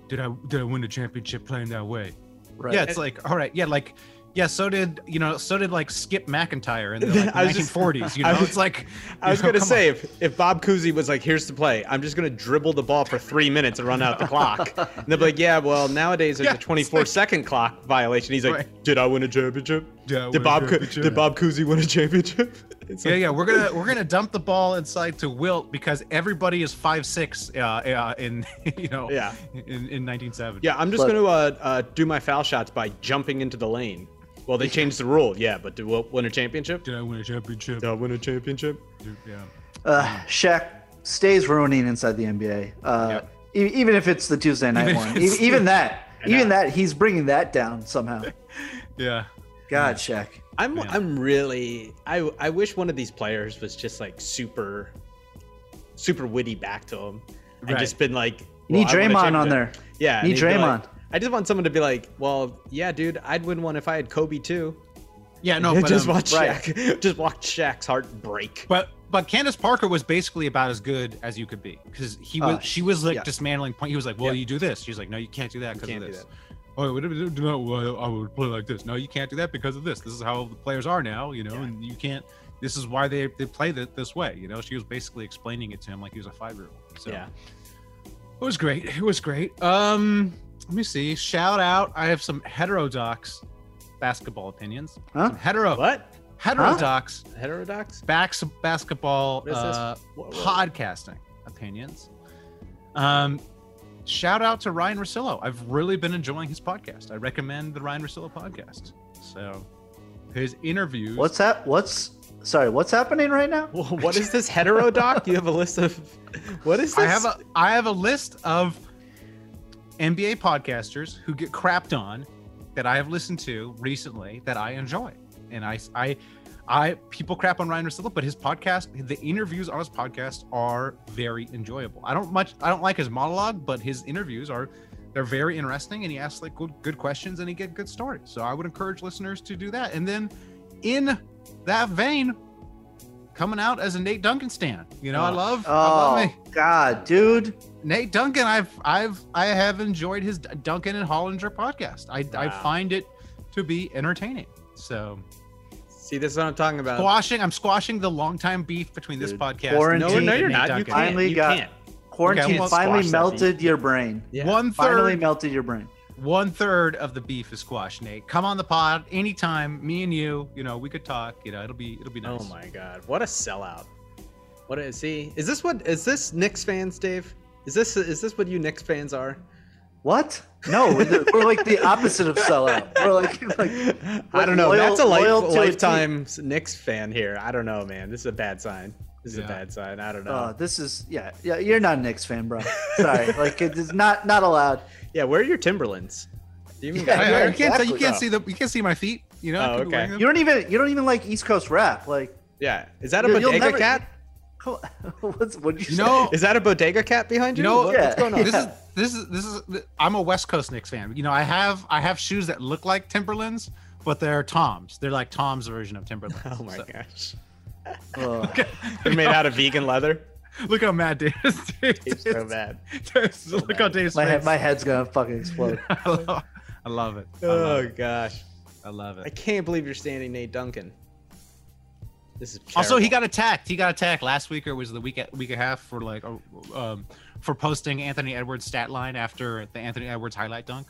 Speaker 7: "Did I did I win the championship playing that way?"
Speaker 8: Right.
Speaker 7: Yeah, it's like all right. Yeah, like yeah. So did you know? So did like Skip McIntyre in the like,
Speaker 9: I was just-
Speaker 7: 1940s. you know,
Speaker 9: I was-
Speaker 7: it's like
Speaker 9: I was
Speaker 7: you know, Oh,
Speaker 9: gonna
Speaker 7: come
Speaker 9: say if, if Bob Cousy was like, "Here's the play. I'm just gonna dribble the ball for three minutes and run out the clock," and they'd be like, "Yeah, well, nowadays there's
Speaker 7: Yeah,
Speaker 9: a
Speaker 7: it's
Speaker 9: 24
Speaker 7: like-
Speaker 9: second clock violation." He's like,
Speaker 7: Right.
Speaker 9: "Did I win a championship?
Speaker 7: Did I win
Speaker 9: did
Speaker 7: a
Speaker 9: Bob Cou-
Speaker 7: championship?"
Speaker 9: did Bob Cousy win a championship?" It's
Speaker 7: Yeah,
Speaker 9: like,
Speaker 7: yeah, we're gonna we're gonna dump the ball inside to Wilt because everybody is five six uh, uh, in you know
Speaker 9: Yeah.
Speaker 7: in in 1970.
Speaker 9: yeah. I'm just
Speaker 8: But-
Speaker 9: gonna uh, uh, do my foul shots by jumping into the lane. Well, they changed the rule. Yeah, but did Wilt win a championship?
Speaker 7: Did I win a championship?
Speaker 9: Did I win a championship?
Speaker 7: Yeah.
Speaker 8: uh, Shaq stays ruining inside the NBA. Uh, e- even if it's the Tuesday night
Speaker 7: Even if
Speaker 8: one,
Speaker 7: it's-
Speaker 8: e- even that, even
Speaker 9: know.
Speaker 8: that, he's bringing that down somehow.
Speaker 7: Yeah.
Speaker 8: God, Shaq.
Speaker 9: I'm I'm really I I wish one of these players was just like super super witty back to him and
Speaker 7: Right.
Speaker 9: just been like
Speaker 8: You
Speaker 9: well, I won
Speaker 8: need
Speaker 9: a
Speaker 8: Draymond on
Speaker 9: championship.
Speaker 8: there.
Speaker 9: Yeah, and
Speaker 8: Need
Speaker 9: he'd be like-
Speaker 8: Draymond.
Speaker 9: I just want someone to be like, well, yeah, dude, I'd win one if I had Kobe too.
Speaker 7: Yeah. No. But,
Speaker 9: just
Speaker 7: um,
Speaker 9: watch
Speaker 8: right.
Speaker 9: Shaq. Just watch Shaq's heart break.
Speaker 7: but but Candace Parker was basically about as good as you could be because he was
Speaker 8: Oh,
Speaker 7: she was like
Speaker 8: yeah.
Speaker 7: dismantling point. He was like, well,
Speaker 9: Yeah.
Speaker 7: you do this. She's like, no, you can't do that because of
Speaker 9: can't do
Speaker 7: this. Oh, what do we do? no, well, I would play like this. No, you can't do that because of this. This is how the players are now, you know, and you can't. This is why they, they play it this way, you know. She was basically explaining it to him like he was a five year old. So.
Speaker 9: Yeah.
Speaker 7: It was great. It was great. Um, let me see. Shout out. I have some heterodox basketball opinions.
Speaker 8: Huh?
Speaker 7: Some hetero
Speaker 9: What?
Speaker 7: heterodox
Speaker 9: Heterodox?
Speaker 7: backs basketball
Speaker 9: What is this? Oh,
Speaker 7: uh,
Speaker 9: Whoa, whoa.
Speaker 7: podcasting opinions. Um, shout out to Ryan Rosillo. I've really been enjoying his podcast. I recommend the Ryan Rosillo podcast. So his interviews.
Speaker 8: What's that? What's sorry? What's happening right now?
Speaker 9: Whoa, what is this heterodoc? you have a list of what is this?
Speaker 7: I have a I have a list of NBA podcasters who get crapped on that I have listened to recently that I enjoy. And I, I, I people crap on Ryan Rosillo, but his podcast, the interviews on his podcast are very enjoyable. I don't much, I don't like his monologue, but his interviews are, they're very interesting, and he asks like good, good questions, and he get good stories. So I would encourage listeners to do that. And then, in that vein, coming out as a Nate Duncan stan, you know, I love, I love
Speaker 8: Oh
Speaker 7: it.
Speaker 8: God, dude.
Speaker 7: Nate Duncan, I've I've I have enjoyed his Duncan and Hollinger podcast. I, I
Speaker 9: Wow.
Speaker 7: find it to be entertaining. So
Speaker 9: See, this is what I'm talking about.
Speaker 7: squashing, I'm squashing the longtime beef between this
Speaker 8: Dude,
Speaker 7: podcast.
Speaker 8: quarantine-
Speaker 9: no, no,
Speaker 7: and
Speaker 9: you're
Speaker 7: Nate
Speaker 9: not. You
Speaker 7: Duncan.
Speaker 9: can't.
Speaker 8: Finally
Speaker 9: You
Speaker 8: got-
Speaker 9: can't.
Speaker 8: Quarantine
Speaker 7: well,
Speaker 8: finally
Speaker 9: squash that
Speaker 8: melted your brain.
Speaker 9: Yeah.
Speaker 7: One
Speaker 8: Finally
Speaker 7: third,
Speaker 8: melted your brain.
Speaker 7: one third of the beef is squashed. Nate, come on the pod anytime. Me and you, you know, we could talk. You know, it'll be it'll be nice.
Speaker 9: Oh my God! What a sellout! What is see? Is this what is this Knicks fans, Dave? Is this is this what you Knicks fans are?
Speaker 8: What? No, we're, the, we're like the opposite of sellout. We're like, like
Speaker 9: I don't know.
Speaker 8: Loyal-
Speaker 9: That's a life,
Speaker 8: loyal to a team.
Speaker 9: lifetime Knicks fan here. I don't know, man. This is a bad sign. This is
Speaker 7: Yeah.
Speaker 9: a bad sign. I don't know.
Speaker 8: oh, this is yeah, yeah. You're not a Knicks fan, bro. Sorry, like it is not not allowed.
Speaker 9: yeah, where are your Timberlands? Do you even
Speaker 8: Yeah,
Speaker 7: I- I-
Speaker 8: yeah,
Speaker 7: you can't see- you
Speaker 8: exactly.
Speaker 7: can't see the you can't see my feet. You know, I
Speaker 9: Oh,
Speaker 7: could be
Speaker 9: okay.
Speaker 7: wearing them.
Speaker 8: You don't even you don't even like East Coast rap. Like,
Speaker 9: yeah. Is that a
Speaker 8: You'll- you'll
Speaker 9: bodega
Speaker 8: never-
Speaker 9: cat?
Speaker 8: come on. what's what you,
Speaker 7: You
Speaker 8: say?
Speaker 7: know,
Speaker 9: Is that a bodega cat behind you?
Speaker 7: Oh. You know-
Speaker 9: What-
Speaker 8: Yeah.
Speaker 9: What's going on?
Speaker 7: this is this is this is I'm a West Coast Knicks fan. You know, I have I have shoes that look like Timberlands, but they're Toms. They're like Tom's version of Timberlands.
Speaker 9: Oh my
Speaker 7: So-
Speaker 9: gosh.
Speaker 8: Ugh.
Speaker 9: They're made out of vegan leather.
Speaker 7: Look how mad Dave is. Dave-
Speaker 9: It's so bad.
Speaker 7: Dave's- look how Dave's
Speaker 8: my
Speaker 7: face.
Speaker 8: head, my head's gonna fucking explode.
Speaker 7: I, love, I love it. I love
Speaker 9: Oh
Speaker 7: it.
Speaker 9: gosh.
Speaker 7: I love
Speaker 9: I
Speaker 7: it.
Speaker 9: can't believe you're standing Nate Duncan. This is
Speaker 7: Also, he
Speaker 9: terrible.
Speaker 7: got attacked. He got attacked last week, or was the week week and a half for like, uh, um, for posting Anthony Edwards stat line after the Anthony Edwards highlight dunk,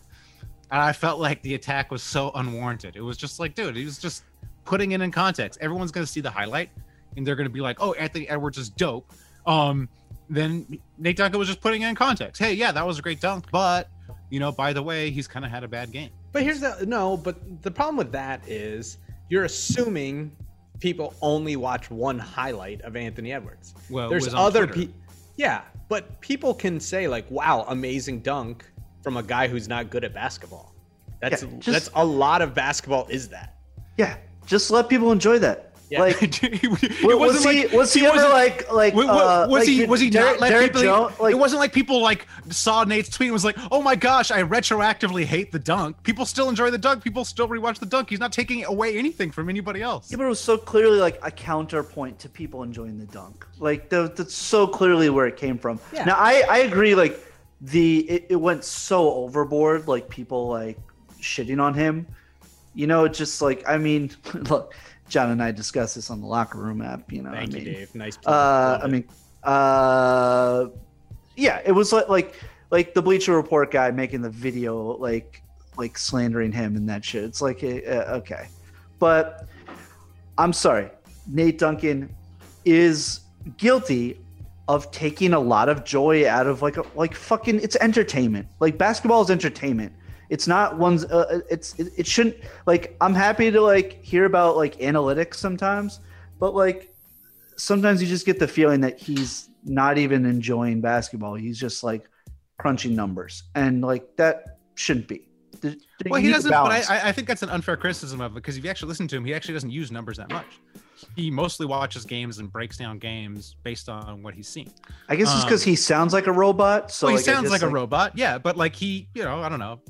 Speaker 7: and I felt like the attack was so unwarranted. It was just like, dude, he was just putting it in context. Everyone's gonna see the highlight, and they're gonna be like, oh, Anthony Edwards is dope. Um, then Nate Duncan was just putting it in context. Hey, yeah, that was a great dunk, but you know, by the way, he's kind of had a bad game.
Speaker 9: But here's the no, but the problem with that is you're assuming people only watch one highlight of Anthony Edwards.
Speaker 7: Well, it
Speaker 9: There's
Speaker 7: was on
Speaker 9: other
Speaker 7: Twitter.
Speaker 9: people. Yeah, but people can say like, "Wow, amazing dunk from a guy who's not good at basketball." That's
Speaker 8: Yeah, just-
Speaker 9: that's a lot of basketball is that.
Speaker 8: Yeah, just let people enjoy that.
Speaker 9: Yeah.
Speaker 8: Like,
Speaker 7: it
Speaker 8: wa-
Speaker 7: wasn't
Speaker 8: was he was he, ever
Speaker 7: wasn't-
Speaker 8: like like
Speaker 7: Wa- wa-
Speaker 8: uh,
Speaker 7: was
Speaker 8: like
Speaker 7: he
Speaker 8: did
Speaker 7: was he
Speaker 8: Derek,
Speaker 7: not like
Speaker 8: Derek
Speaker 7: people?
Speaker 8: Jones- like,
Speaker 7: it wasn't like people like saw Nate's tweet and was like, "Oh my gosh, I retroactively hate the dunk." People still enjoy the dunk. People still rewatch the dunk. He's not taking away anything from anybody else.
Speaker 8: Yeah, but it was so clearly like a counterpoint to people enjoying the dunk. Like the, that's so clearly where it came from.
Speaker 9: Yeah.
Speaker 8: Now I I agree. Like the it, it went so overboard. Like people like shitting on him. You know, it's just like I mean, look, John and I discussed this on the locker room app. You know,
Speaker 9: Thank
Speaker 8: I
Speaker 9: you,
Speaker 8: mean,
Speaker 9: Dave. Nice. play.
Speaker 8: uh,
Speaker 9: Love
Speaker 8: I
Speaker 9: it.
Speaker 8: mean, uh, yeah, it was like like like the Bleacher Report guy making the video like like slandering him and that shit. It's like uh, uh, okay, but I'm sorry, Nate Duncan is guilty of taking a lot of joy out of like a, like fucking it's entertainment. Like basketball is entertainment. It's not one's. Uh, it's it, it shouldn't like. I'm happy to like hear about like analytics sometimes, but like sometimes you just get the feeling that he's not even enjoying basketball. He's just like crunching numbers, and like that shouldn't be. There- there-
Speaker 7: well, he
Speaker 8: you need
Speaker 7: doesn't. But
Speaker 8: balance.
Speaker 7: I, I- I think that's an unfair criticism of it because if you actually listen to him, he actually doesn't use numbers that much. He mostly watches games and breaks down games based on what he's seen.
Speaker 8: I guess it's
Speaker 7: um,
Speaker 8: because he sounds like a robot. So
Speaker 7: well, he
Speaker 8: like, I
Speaker 7: sounds
Speaker 8: just,
Speaker 7: like, a robot, yeah. But like he, you know, I don't know.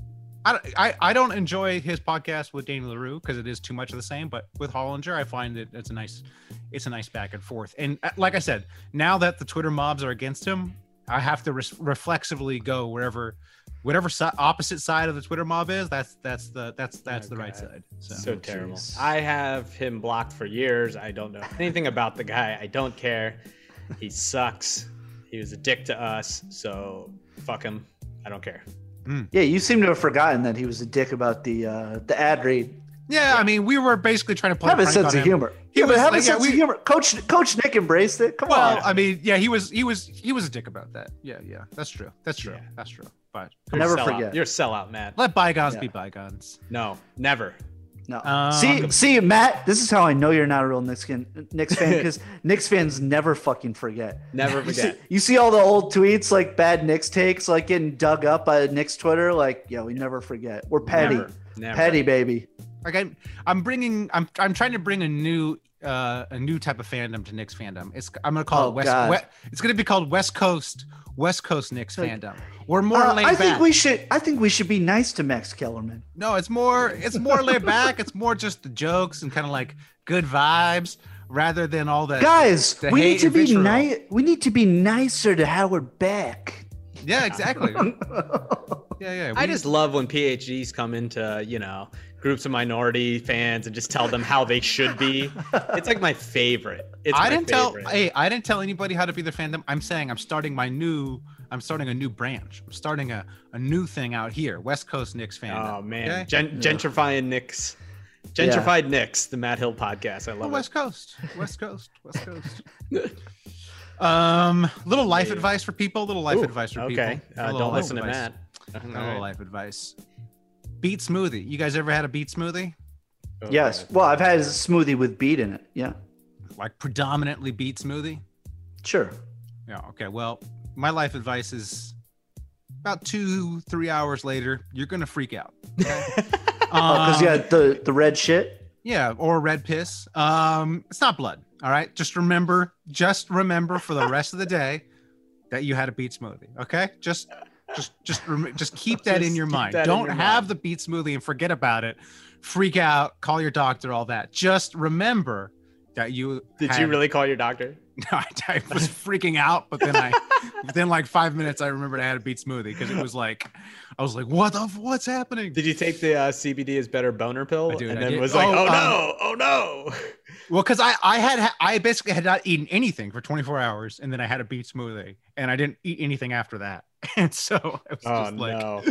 Speaker 7: I, I, I don't enjoy his podcast with Daniel Larue because it is too much of the same. But with Hollinger, I find that it's a nice, it's a nice back and forth. And uh, like I said, now that the Twitter mobs are against him, I have to res- reflexively go wherever, whatever si- opposite side of the Twitter mob is. That's that's the that's that's the right
Speaker 9: Okay.
Speaker 7: side. So,
Speaker 9: So terrible.
Speaker 8: jeez.
Speaker 9: I have him blocked for years. I don't know anything about the guy. I don't care. He sucks. He was a dick to us. So fuck him. I don't care.
Speaker 8: Yeah, you seem to have forgotten that he was a dick about the uh, the ad read.
Speaker 7: yeah, I mean, we were basically trying to play
Speaker 8: Have a sense of humor.
Speaker 7: He
Speaker 8: yeah,
Speaker 7: was
Speaker 8: but have
Speaker 7: like,
Speaker 8: a
Speaker 7: yeah,
Speaker 8: sense
Speaker 7: we-
Speaker 8: of humor. Coach Coach Nick embraced it. Come
Speaker 7: Well,
Speaker 8: on.
Speaker 7: I mean, yeah, he was he was he was a dick about that. Yeah, yeah, that's true. That's true.
Speaker 9: Yeah.
Speaker 7: That's true. But
Speaker 8: I'll never
Speaker 9: a sellout.
Speaker 8: forget.
Speaker 9: You're a sellout, Matt.
Speaker 7: let bygones
Speaker 8: Yeah.
Speaker 7: be bygones.
Speaker 9: No, never.
Speaker 8: No.
Speaker 7: Um,
Speaker 8: see, see, Matt, this is how I know you're not a real Knicks fan, Knicks fan because Knicks fans never fucking forget.
Speaker 9: Never
Speaker 8: You see,
Speaker 9: forget.
Speaker 8: you see all the old tweets, like bad Knicks takes, like getting dug up by Knicks Twitter. Like, yeah, we never forget. We're petty,
Speaker 9: Never. Never.
Speaker 8: petty, baby.
Speaker 7: like I'm I'm bringing I'm I'm trying to bring a new uh a new type of fandom to Knicks fandom. It's I'm gonna call
Speaker 8: Oh,
Speaker 7: it West,
Speaker 8: God.
Speaker 7: We- It's gonna be called West Coast West Coast Knicks
Speaker 8: Like,
Speaker 7: fandom. We're more
Speaker 8: Uh,
Speaker 7: laid
Speaker 8: I
Speaker 7: back.
Speaker 8: think we should. I think we should be nice to Max Kellerman.
Speaker 7: no, it's more it's more laid back. It's more just the jokes and kind of like good vibes rather than all that.
Speaker 8: Guys,
Speaker 7: the
Speaker 8: we
Speaker 7: hate
Speaker 8: need to
Speaker 7: and
Speaker 8: be
Speaker 7: vitriol.
Speaker 8: nice. We need to be nicer to Howard Beck.
Speaker 7: Yeah, exactly. yeah, yeah.
Speaker 9: I
Speaker 7: we-
Speaker 9: just love when PhDs come into, you know, groups of minority fans and just tell them how they should be. It's like my favorite. It's
Speaker 7: I
Speaker 9: my
Speaker 7: didn't
Speaker 9: favorite.
Speaker 7: tell hey, I didn't tell anybody how to be their fandom. I'm saying I'm starting my new I'm starting a new branch. I'm starting a, a new thing out here, West Coast Knicks fandom.
Speaker 9: Oh man,
Speaker 7: okay?
Speaker 9: Gen- gentrifying Knicks, gentrified Knicks, the Matt Hill podcast. I
Speaker 7: Oh,
Speaker 9: love it.
Speaker 7: West Coast, West Coast, West Coast. um, little life advice for people. Little life
Speaker 9: Ooh,
Speaker 7: advice for people.
Speaker 9: okay,
Speaker 7: A
Speaker 9: uh,
Speaker 7: little
Speaker 9: don't
Speaker 7: life
Speaker 9: listen to
Speaker 7: advice.
Speaker 9: Matt.
Speaker 7: A
Speaker 9: All
Speaker 7: little
Speaker 9: right.
Speaker 7: life advice. Beet smoothie. You guys ever had a beet smoothie?
Speaker 8: yes. Well, I've had a smoothie with beet in it. Yeah.
Speaker 7: Like predominantly beet smoothie?
Speaker 8: Sure.
Speaker 7: Yeah. Okay. Well, my life advice is about two, three hours later, you're gonna freak out. Um, okay?
Speaker 8: Oh, because
Speaker 7: Um,
Speaker 8: yeah, the the red shit.
Speaker 7: Yeah, or red piss. Um, it's not blood. All right. Just remember, just remember for the rest of the day that you had a beet smoothie. Okay. Just, just, just, rem- just keep that in
Speaker 9: Just
Speaker 7: your
Speaker 9: keep
Speaker 7: mind.
Speaker 9: that in
Speaker 7: Don't
Speaker 9: your
Speaker 7: have
Speaker 9: mind.
Speaker 7: the beet smoothie and forget about it. Freak out. Call your doctor. All that. Just remember that you
Speaker 9: Did
Speaker 7: had-
Speaker 9: you really call your doctor?
Speaker 7: No, I, I was freaking out, but then I, within like five minutes, I remembered I had a beet smoothie because it was like, I was like, what the, f- what's happening?
Speaker 9: Did you take the uh, CBD is better boner pill?
Speaker 7: I do,
Speaker 9: and
Speaker 7: I
Speaker 9: then
Speaker 7: did.
Speaker 9: was like,
Speaker 7: Oh,
Speaker 9: oh,
Speaker 7: um,
Speaker 9: no, oh no.
Speaker 7: Well, because I I had I basically had not eaten anything for 24 hours, and then I had a beet smoothie, and I didn't eat anything after that, and so it was
Speaker 9: Oh,
Speaker 7: just like
Speaker 9: no.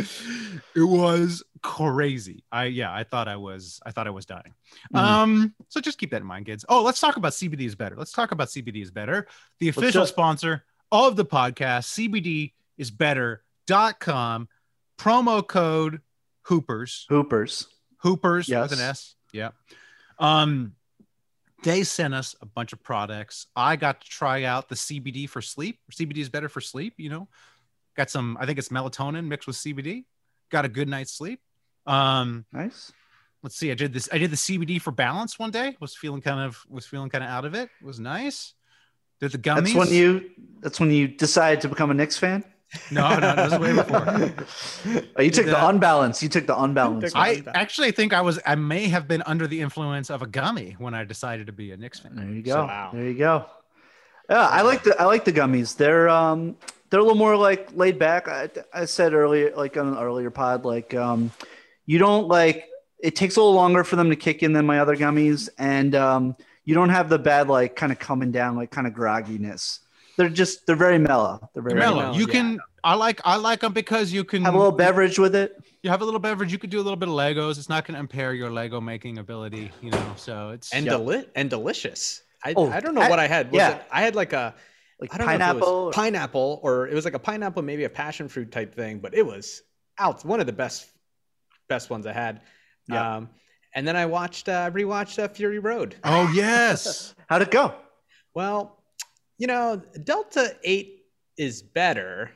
Speaker 7: it was crazy. I yeah, I thought I was I thought I was dying.
Speaker 8: Mm-hmm. Mm.
Speaker 7: Um, so just keep that in mind, kids. Oh, let's talk about CBD is better. Let's talk about CBD is better. The official
Speaker 8: do it.
Speaker 7: sponsor of the podcast, CBD is better.com, promo code Hoopers.
Speaker 8: Hoopers.
Speaker 7: Hoopers
Speaker 8: Yes.
Speaker 7: with an S. Yeah. Um, they sent us a bunch of products. I got to try out the CBD for sleep. CBD is better for sleep, you know. Got some, I think it's melatonin mixed with CBD. Got a good night's sleep. Um,
Speaker 8: Nice.
Speaker 7: let's see. I did this. I did the CBD for balance one day. Was feeling kind of was feeling kind of out of it. Was nice. Did the gummies?
Speaker 8: That's when you. That's when you decided to become a Knicks fan.
Speaker 7: no, no, this is way before.
Speaker 8: Oh, you took the
Speaker 7: that.
Speaker 8: unbalance. You took the unbalance.
Speaker 9: took-
Speaker 7: I actually think I was. I may have been under the influence of a gummy when I decided to be a Knicks fan.
Speaker 8: There you go.
Speaker 9: Wow.
Speaker 8: There you go. Yeah, I like the I like the gummies. They're um they're a little more like laid back. I, I said earlier, like on an earlier pod, like um you don't like it takes a little longer for them to kick in than my other gummies, and um you don't have the bad like kind of coming down like kind of grogginess. They're just they're very mellow. They're very mellow.
Speaker 7: Mellow.
Speaker 9: mellow,
Speaker 7: You
Speaker 9: yeah.
Speaker 7: can. I like. I like them because you can.
Speaker 8: Have a little beverage with it.
Speaker 7: you have a little beverage. You could do a little bit of Legos. It's not going to impair your Lego making ability. You know. So it's.
Speaker 9: And,
Speaker 8: Yeah.
Speaker 9: deli- and delicious. I,
Speaker 8: Oh,
Speaker 9: I don't know
Speaker 8: I-
Speaker 9: what I had. Was
Speaker 8: yeah.
Speaker 9: it- I had like a,
Speaker 8: Like
Speaker 9: I don't
Speaker 8: pineapple.
Speaker 9: know if it was
Speaker 8: or-
Speaker 9: pineapple, or it was like a pineapple, maybe a passion fruit type thing, but it was out one of the best, best ones I had.
Speaker 8: Yeah.
Speaker 9: Um, and then I watched, uh, I rewatched uh, Fury Road.
Speaker 7: oh yes.
Speaker 8: How'd it go?
Speaker 9: Well, you know, Delta Eight is better,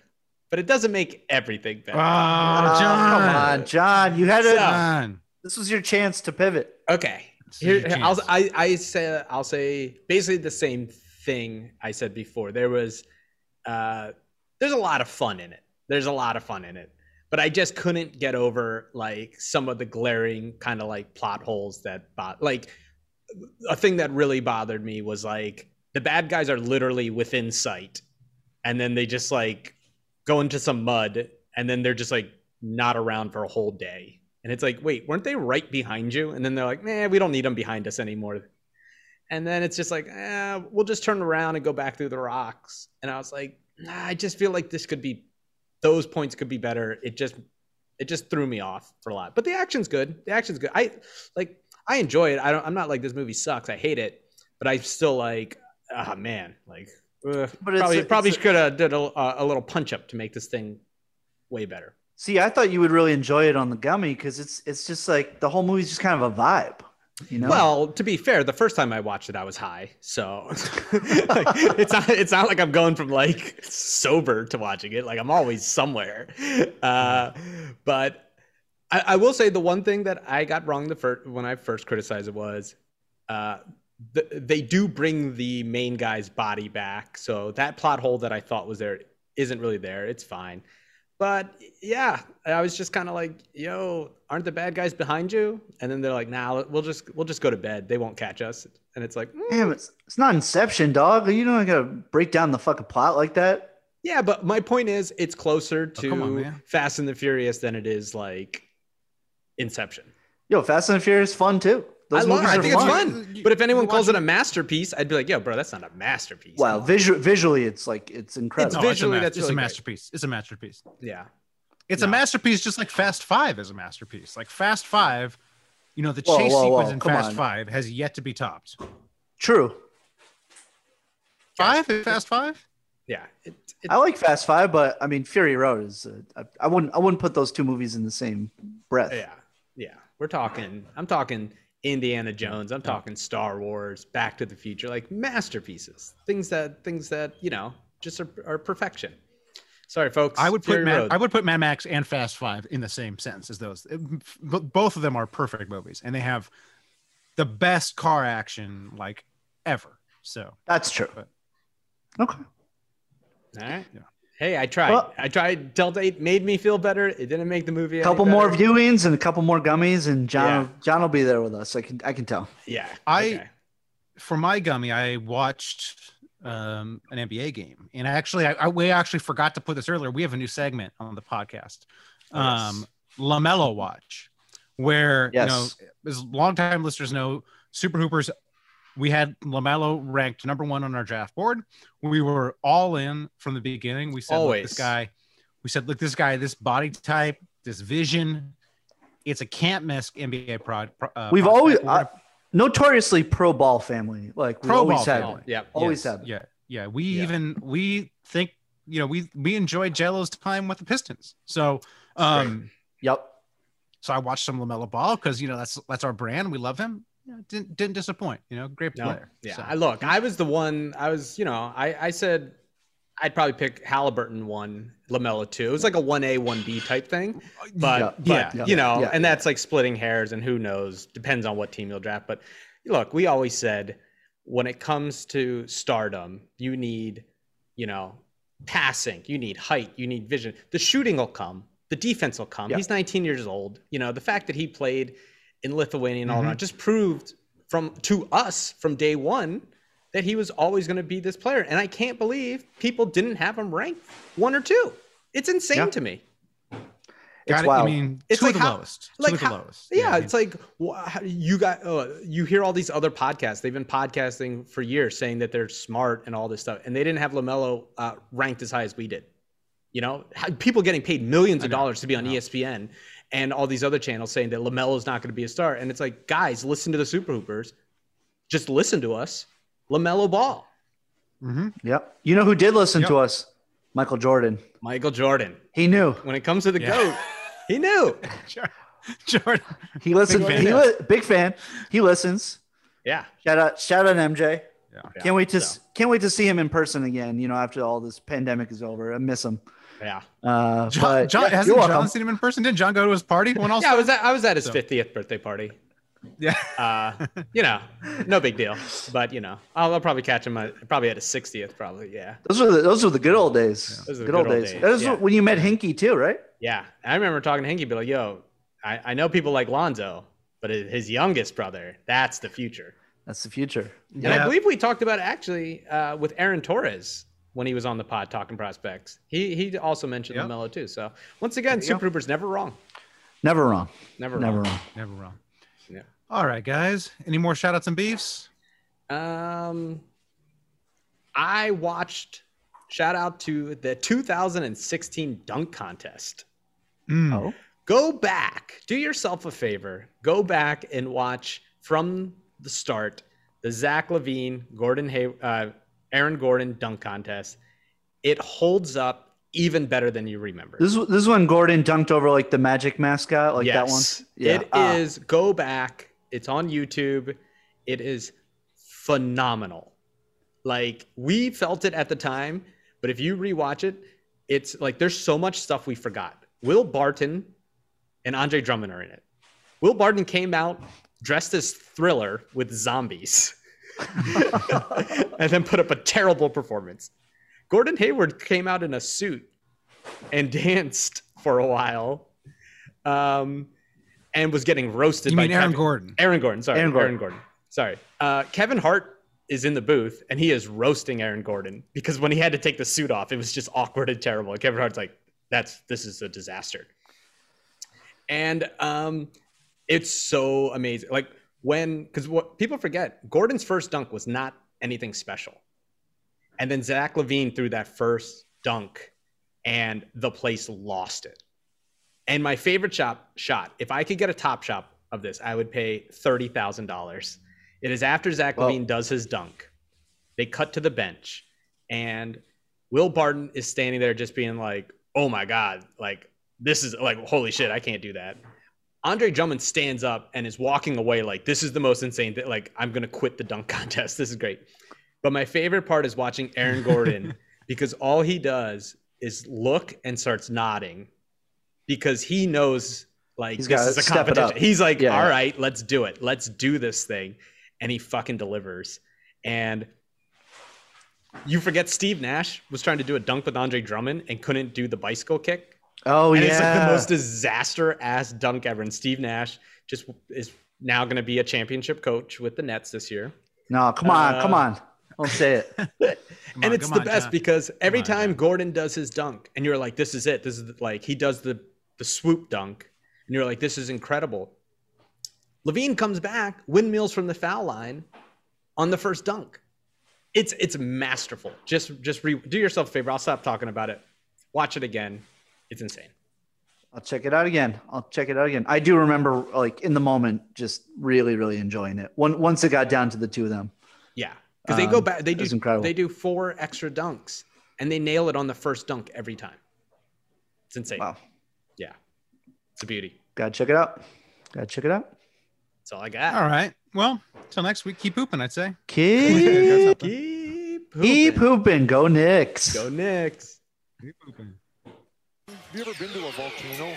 Speaker 9: but it doesn't make everything better.
Speaker 7: Ah,
Speaker 8: Oh,
Speaker 7: John.
Speaker 8: Come on, John. You had it.
Speaker 9: So-
Speaker 7: John.
Speaker 8: this was your chance to pivot.
Speaker 9: Okay,
Speaker 7: This is
Speaker 9: here
Speaker 7: your
Speaker 9: here, I'll,
Speaker 7: chance.
Speaker 9: I I say I'll say basically the same thing I said before. There was, uh, there's a lot of fun in it. There's a lot of fun in it, but I just couldn't get over like some of the glaring kind of like plot holes that bot like a thing that really bothered me was like the bad guys are literally within sight, and then they just like go into some mud, and then they're just like not around for a whole day. And it's like, wait, weren't they right behind you? And then they're like, nah, we don't need them behind us anymore. And then it's just like, eh, we'll just turn around and go back through the rocks. And I was like, nah, I just feel like this could be, those points could be better. It just, it just threw me off for a lot. But the action's good. The action's good. I like, I enjoy it. I don't. I'm not like this movie sucks. I hate it. But I still like, ah, man, like, ugh,
Speaker 8: But it's
Speaker 9: probably
Speaker 8: a-
Speaker 9: probably
Speaker 8: it's a-
Speaker 9: could have did a, a little punch up to make this thing way better.
Speaker 8: See, I thought you would really enjoy it on the gummy because it's it's just like the whole movie's just kind of a vibe. You know?
Speaker 9: Well, to be fair, the first time I watched it, I was high, so like, it's not it's not like I'm going from like sober to watching it. Like I'm always somewhere. Uh, but I, I will say the one thing that I got wrong the first when I first criticized it was uh, th- they do bring the main guy's body back, so that plot hole that I thought was there isn't really there. It's fine. But yeah, I was just kind of like, "Yo, aren't the bad guys behind you?" And then they're like, "Nah, we'll just we'll just go to bed. They won't catch us." And it's like, mm,
Speaker 8: Damn, it's it's not Inception, dog. You don't gotta break down the fucking plot like that.
Speaker 9: "Yeah," but my point is, it's closer to
Speaker 7: Oh, come on, man.
Speaker 9: Fast and the Furious than it is like Inception.
Speaker 8: Yo, Fast and the Furious fun too. Those
Speaker 9: I, love,
Speaker 8: movies
Speaker 9: I
Speaker 8: are
Speaker 9: think it's
Speaker 8: fun.
Speaker 9: fun. but if anyone
Speaker 7: you
Speaker 9: calls
Speaker 7: watch
Speaker 9: it a masterpiece, I'd be like, "Yo, bro, that's not a masterpiece."
Speaker 8: Wow, visu- visually, it's like it's
Speaker 9: It's
Speaker 8: incredible.
Speaker 7: No, it's a,
Speaker 9: visually,
Speaker 7: ma-
Speaker 9: that's
Speaker 7: it's
Speaker 9: really
Speaker 7: a
Speaker 9: great.
Speaker 7: masterpiece. It's a masterpiece.
Speaker 9: Yeah.
Speaker 7: It's a
Speaker 9: No.
Speaker 7: masterpiece, just like Fast Five is a masterpiece. Like Fast Five, you know, the
Speaker 8: Whoa,
Speaker 7: chase
Speaker 8: whoa, whoa,
Speaker 7: sequence in
Speaker 8: come
Speaker 7: Fast
Speaker 8: on.
Speaker 7: Five has yet to be topped.
Speaker 8: True.
Speaker 7: Five, Fast Five.
Speaker 9: Yeah. It, it,
Speaker 8: I like Fast Five, but I mean Fury Road is. uh, I I, I wouldn't. I wouldn't put those two movies in the same breath.
Speaker 9: yeah. Yeah. We're talking. I'm talking Indiana Jones. I'm talking Star Wars, Back to the Future, like masterpieces. Things that things that you know just are, are perfection. Sorry, folks.
Speaker 7: I would put
Speaker 9: Fury
Speaker 7: Mad,
Speaker 9: Road.
Speaker 7: I would put Mad Max and Fast Five in the same sentence as those. It- b- both of them are perfect movies, and they have the best car action like ever. So
Speaker 8: that's true.
Speaker 7: But-
Speaker 8: Okay.
Speaker 9: All right.
Speaker 7: Yeah.
Speaker 9: Hey, I tried.
Speaker 8: Well-
Speaker 9: I tried. Delta Eight made me feel better. It didn't make the movie.
Speaker 8: A
Speaker 9: any
Speaker 8: couple more
Speaker 9: better.
Speaker 8: viewings and a couple more gummies, and John. John will be there with us. I can. I can tell.
Speaker 9: Yeah.
Speaker 7: I-
Speaker 9: okay.
Speaker 7: for my gummy, I watched um, an NBA game, and actually, I, I we actually forgot to put this earlier. We have a new segment on the podcast, um, Lamelo Watch, where
Speaker 8: Yes.
Speaker 7: you know, as longtime listeners know, Super Hoopers, we had Lamelo ranked number one on our draft board. We were all in from the beginning. We said, look,
Speaker 9: Always.
Speaker 7: this guy, we said, look, this guy, this body type, this vision, it's a can't miss NBA prod. pro- Uh,
Speaker 8: We've
Speaker 7: prospect.
Speaker 8: always
Speaker 7: We're gonna
Speaker 8: I, notoriously pro ball family. Like we
Speaker 7: Pro
Speaker 8: always
Speaker 7: ball
Speaker 8: had.
Speaker 7: family.
Speaker 8: one.
Speaker 9: Yeah.
Speaker 8: Always
Speaker 7: Yes.
Speaker 8: had.
Speaker 7: Yeah, yeah. We
Speaker 9: Yeah.
Speaker 7: even we think you know we we enjoy Jello's time with the Pistons. So um
Speaker 8: Yep.
Speaker 7: so I watched some Lamelo Ball because you know that's that's our brand. We love him. You know, didn't didn't disappoint. You know, great
Speaker 9: No.
Speaker 7: player.
Speaker 9: Yeah.
Speaker 7: So-
Speaker 9: I look, I was the one I was, you know, I, I said I'd probably pick Halliburton one, Lamella two. It was like a one A, one B type thing. But
Speaker 8: Yeah,
Speaker 9: but
Speaker 7: yeah,
Speaker 9: you
Speaker 8: yeah,
Speaker 9: know,
Speaker 8: yeah,
Speaker 9: and that's like splitting hairs and who knows, depends on what team you'll draft. But look, we always said when it comes to stardom, you need, you know, passing, you need height, you need vision. The shooting will come, the defense will come.
Speaker 8: Yeah.
Speaker 9: He's 19 years old. You know, the fact that he played in Lithuania and all
Speaker 8: Mm-hmm.
Speaker 9: that just proved from to us from day one that he was always going to be this player. And I can't believe people didn't have him ranked one or two. It's insane
Speaker 8: Yeah.
Speaker 9: to me.
Speaker 7: Got
Speaker 8: It's
Speaker 7: it.
Speaker 8: wild.
Speaker 7: I mean,
Speaker 9: It's
Speaker 7: two
Speaker 9: like
Speaker 7: of the
Speaker 9: how-
Speaker 7: lowest.
Speaker 9: like
Speaker 7: two of the
Speaker 9: how-
Speaker 7: lowest.
Speaker 9: Yeah,
Speaker 7: I mean,
Speaker 9: it's like wh- how- you got uh, you hear all these other podcasts. They've been podcasting for years, saying that they're smart and all this stuff, and they didn't have Lamelo uh, ranked as high as we did. You know, How- people getting paid millions of dollars to be on E ESPN and all these other channels saying that Lamelo's not going to be a star, and it's like, guys, listen to the Super Hoopers, just listen to us, Lamelo Ball,
Speaker 7: mhm.
Speaker 8: Yep. You know who did listen
Speaker 7: Yep.
Speaker 8: to us? Michael Jordan.
Speaker 9: Michael Jordan.
Speaker 8: He knew.
Speaker 9: When it comes to the
Speaker 7: Yeah.
Speaker 9: goat, he knew.
Speaker 7: Jordan.
Speaker 8: He listened.
Speaker 7: fan.
Speaker 8: he li- big fan. He listens.
Speaker 9: Yeah,
Speaker 8: Shout out. Shout out MJ.
Speaker 7: Yeah.
Speaker 9: Yeah,
Speaker 8: Can't wait to
Speaker 9: so.
Speaker 8: can't wait to see him in person again. You know, after all this pandemic is over, I miss him.
Speaker 9: yeah.
Speaker 8: Uh,
Speaker 7: John,
Speaker 8: but
Speaker 7: John
Speaker 8: yeah,
Speaker 7: hasn't
Speaker 8: you're
Speaker 7: John
Speaker 8: welcome.
Speaker 7: seen him in person? Didn't John go to his party? When else?
Speaker 9: Yeah, I was at, I was at his
Speaker 7: So-
Speaker 9: 50th birthday party.
Speaker 7: yeah.
Speaker 9: uh, you know, no big deal. But you know, I'll, I'll probably catch him at, probably at a 60th. Probably, yeah,
Speaker 8: Those were the, those were the good old days.
Speaker 9: Those are the
Speaker 8: Good, old days. That is
Speaker 9: yeah.
Speaker 8: when you met Hinky too, right?
Speaker 9: yeah. I remember talking to Hinky, be like, "Yo, I, I know people like Lonzo, but his his youngest brother, that's the future."
Speaker 8: That's the future.
Speaker 9: And I
Speaker 7: Yeah.
Speaker 9: believe we talked about it actually uh, with Aaron Torres when he was on the pod talking prospects. He he also mentioned
Speaker 7: Yeah.
Speaker 9: Lamelo too. So once again, Super Hooper's never wrong.
Speaker 8: Never wrong.
Speaker 9: Never,
Speaker 8: Never
Speaker 9: wrong.
Speaker 8: wrong.
Speaker 7: Never wrong.
Speaker 9: Yeah.
Speaker 7: All right, guys. Any more shout outs and beefs?
Speaker 9: Um, I watched. Shout out to the 2016 dunk contest.
Speaker 7: Mm.
Speaker 8: Oh,
Speaker 9: Go back. Do yourself a favor. Go back and watch from the start the Zach Levine, Gordon Hay, uh, Aaron Gordon dunk contest. It holds up even better than you remember.
Speaker 8: This is this is when Gordon dunked over like the magic mascot, like that one.
Speaker 9: yes. It is.
Speaker 8: Ah,
Speaker 9: Go back. It's on YouTube. It is phenomenal. Like we felt it at the time, but if you rewatch it, it's like there's so much stuff we forgot. Will Barton and Andre Drummond are in it. Will Barton came out dressed as Thriller with zombies, and then put up a terrible performance. Gordon Hayward came out in a suit and danced for a while. Um, and was getting roasted
Speaker 7: You
Speaker 9: by
Speaker 7: mean Aaron
Speaker 9: Kevin-
Speaker 7: Gordon?
Speaker 9: Aaron Gordon, sorry. Aaron
Speaker 8: Aaron
Speaker 9: Gordon.
Speaker 8: Gordon.
Speaker 9: Sorry. Uh, Kevin Hart is in the booth and he is roasting Aaron Gordon because when he had to take the suit off, it was just awkward and terrible. And Kevin Hart's like, that's this is a disaster. And um, it's so amazing. Like when because what people forget, Gordon's first dunk was not anything special. And then Zach Levine threw that first dunk and the place lost it. And my favorite shop shot, if I could get a top shop of this, I would pay thirty thousand dollars. It is after Zach
Speaker 8: Wow.
Speaker 9: Levine does his dunk. They cut to the bench, and Will Barton is standing there just being like, "Oh my god, like this is like holy shit, I can't do that." Andre Drummond stands up and is walking away like, "This is the most insane thing. Like I'm gonna quit the dunk contest. This is great." But my favorite part is watching Aaron Gordon because all he does is look and starts nodding because he knows like
Speaker 8: He's
Speaker 9: this
Speaker 8: gotta
Speaker 9: is a
Speaker 8: step it
Speaker 9: competition.
Speaker 8: up.
Speaker 9: He's like,
Speaker 8: Yeah.
Speaker 9: all right, let's do it. Let's do this thing. And he fucking delivers. And you forget Steve Nash was trying to do a dunk with Andre Drummond and couldn't do the bicycle kick.
Speaker 8: Oh
Speaker 9: And
Speaker 8: yeah.
Speaker 9: it's like the most disaster ass dunk ever. And Steve Nash just is now going to be a championship coach with the Nets this year.
Speaker 8: no, come on,
Speaker 9: Uh,
Speaker 8: come on. Don't say it.
Speaker 7: Come
Speaker 9: and
Speaker 7: on,
Speaker 9: it's
Speaker 7: come
Speaker 9: the
Speaker 7: on,
Speaker 9: best
Speaker 7: John.
Speaker 9: because every
Speaker 7: on,
Speaker 9: time
Speaker 7: John.
Speaker 9: Gordon does his dunk, and you're like, "This is it. This is the, like he does the the swoop dunk," and you're like, "This is incredible." Levine comes back, windmills from the foul line, on the first dunk. It's it's masterful. Just just re- do yourself a favor. I'll stop talking about it. Watch it again. It's insane.
Speaker 8: I'll check it out again. I'll check it out again. I do remember, like in the moment, just really, really enjoying it. One, once it got down to the two of them,
Speaker 9: Yeah, because they go
Speaker 8: Um,
Speaker 9: back. They
Speaker 8: it
Speaker 9: do
Speaker 8: was incredible.
Speaker 9: they do four extra dunks, and they nail it on the first dunk every time. It's insane.
Speaker 8: wow,
Speaker 9: Yeah, it's a beauty.
Speaker 8: gotta check it out. Gotta check it out.
Speaker 9: That's all I got.
Speaker 7: All right. Well, till next week, keep pooping, I'd say.
Speaker 9: Keep
Speaker 8: Keep, keep
Speaker 9: hooping.
Speaker 8: hooping. Go Knicks.
Speaker 9: Go Knicks.
Speaker 7: Keep pooping.
Speaker 2: Have you ever been to a volcano?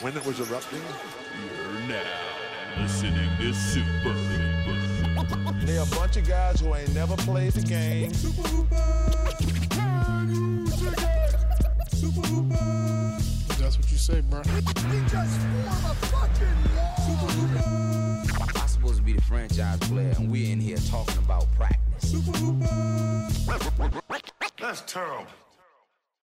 Speaker 2: When it was erupting?
Speaker 3: You're now listening to Super Hoopers.
Speaker 4: They a bunch of guys who ain't never played the game.
Speaker 1: That's what you say, bro.
Speaker 6: I'm supposed to be the franchise player, and we're in here talking about practice.
Speaker 2: That's terrible.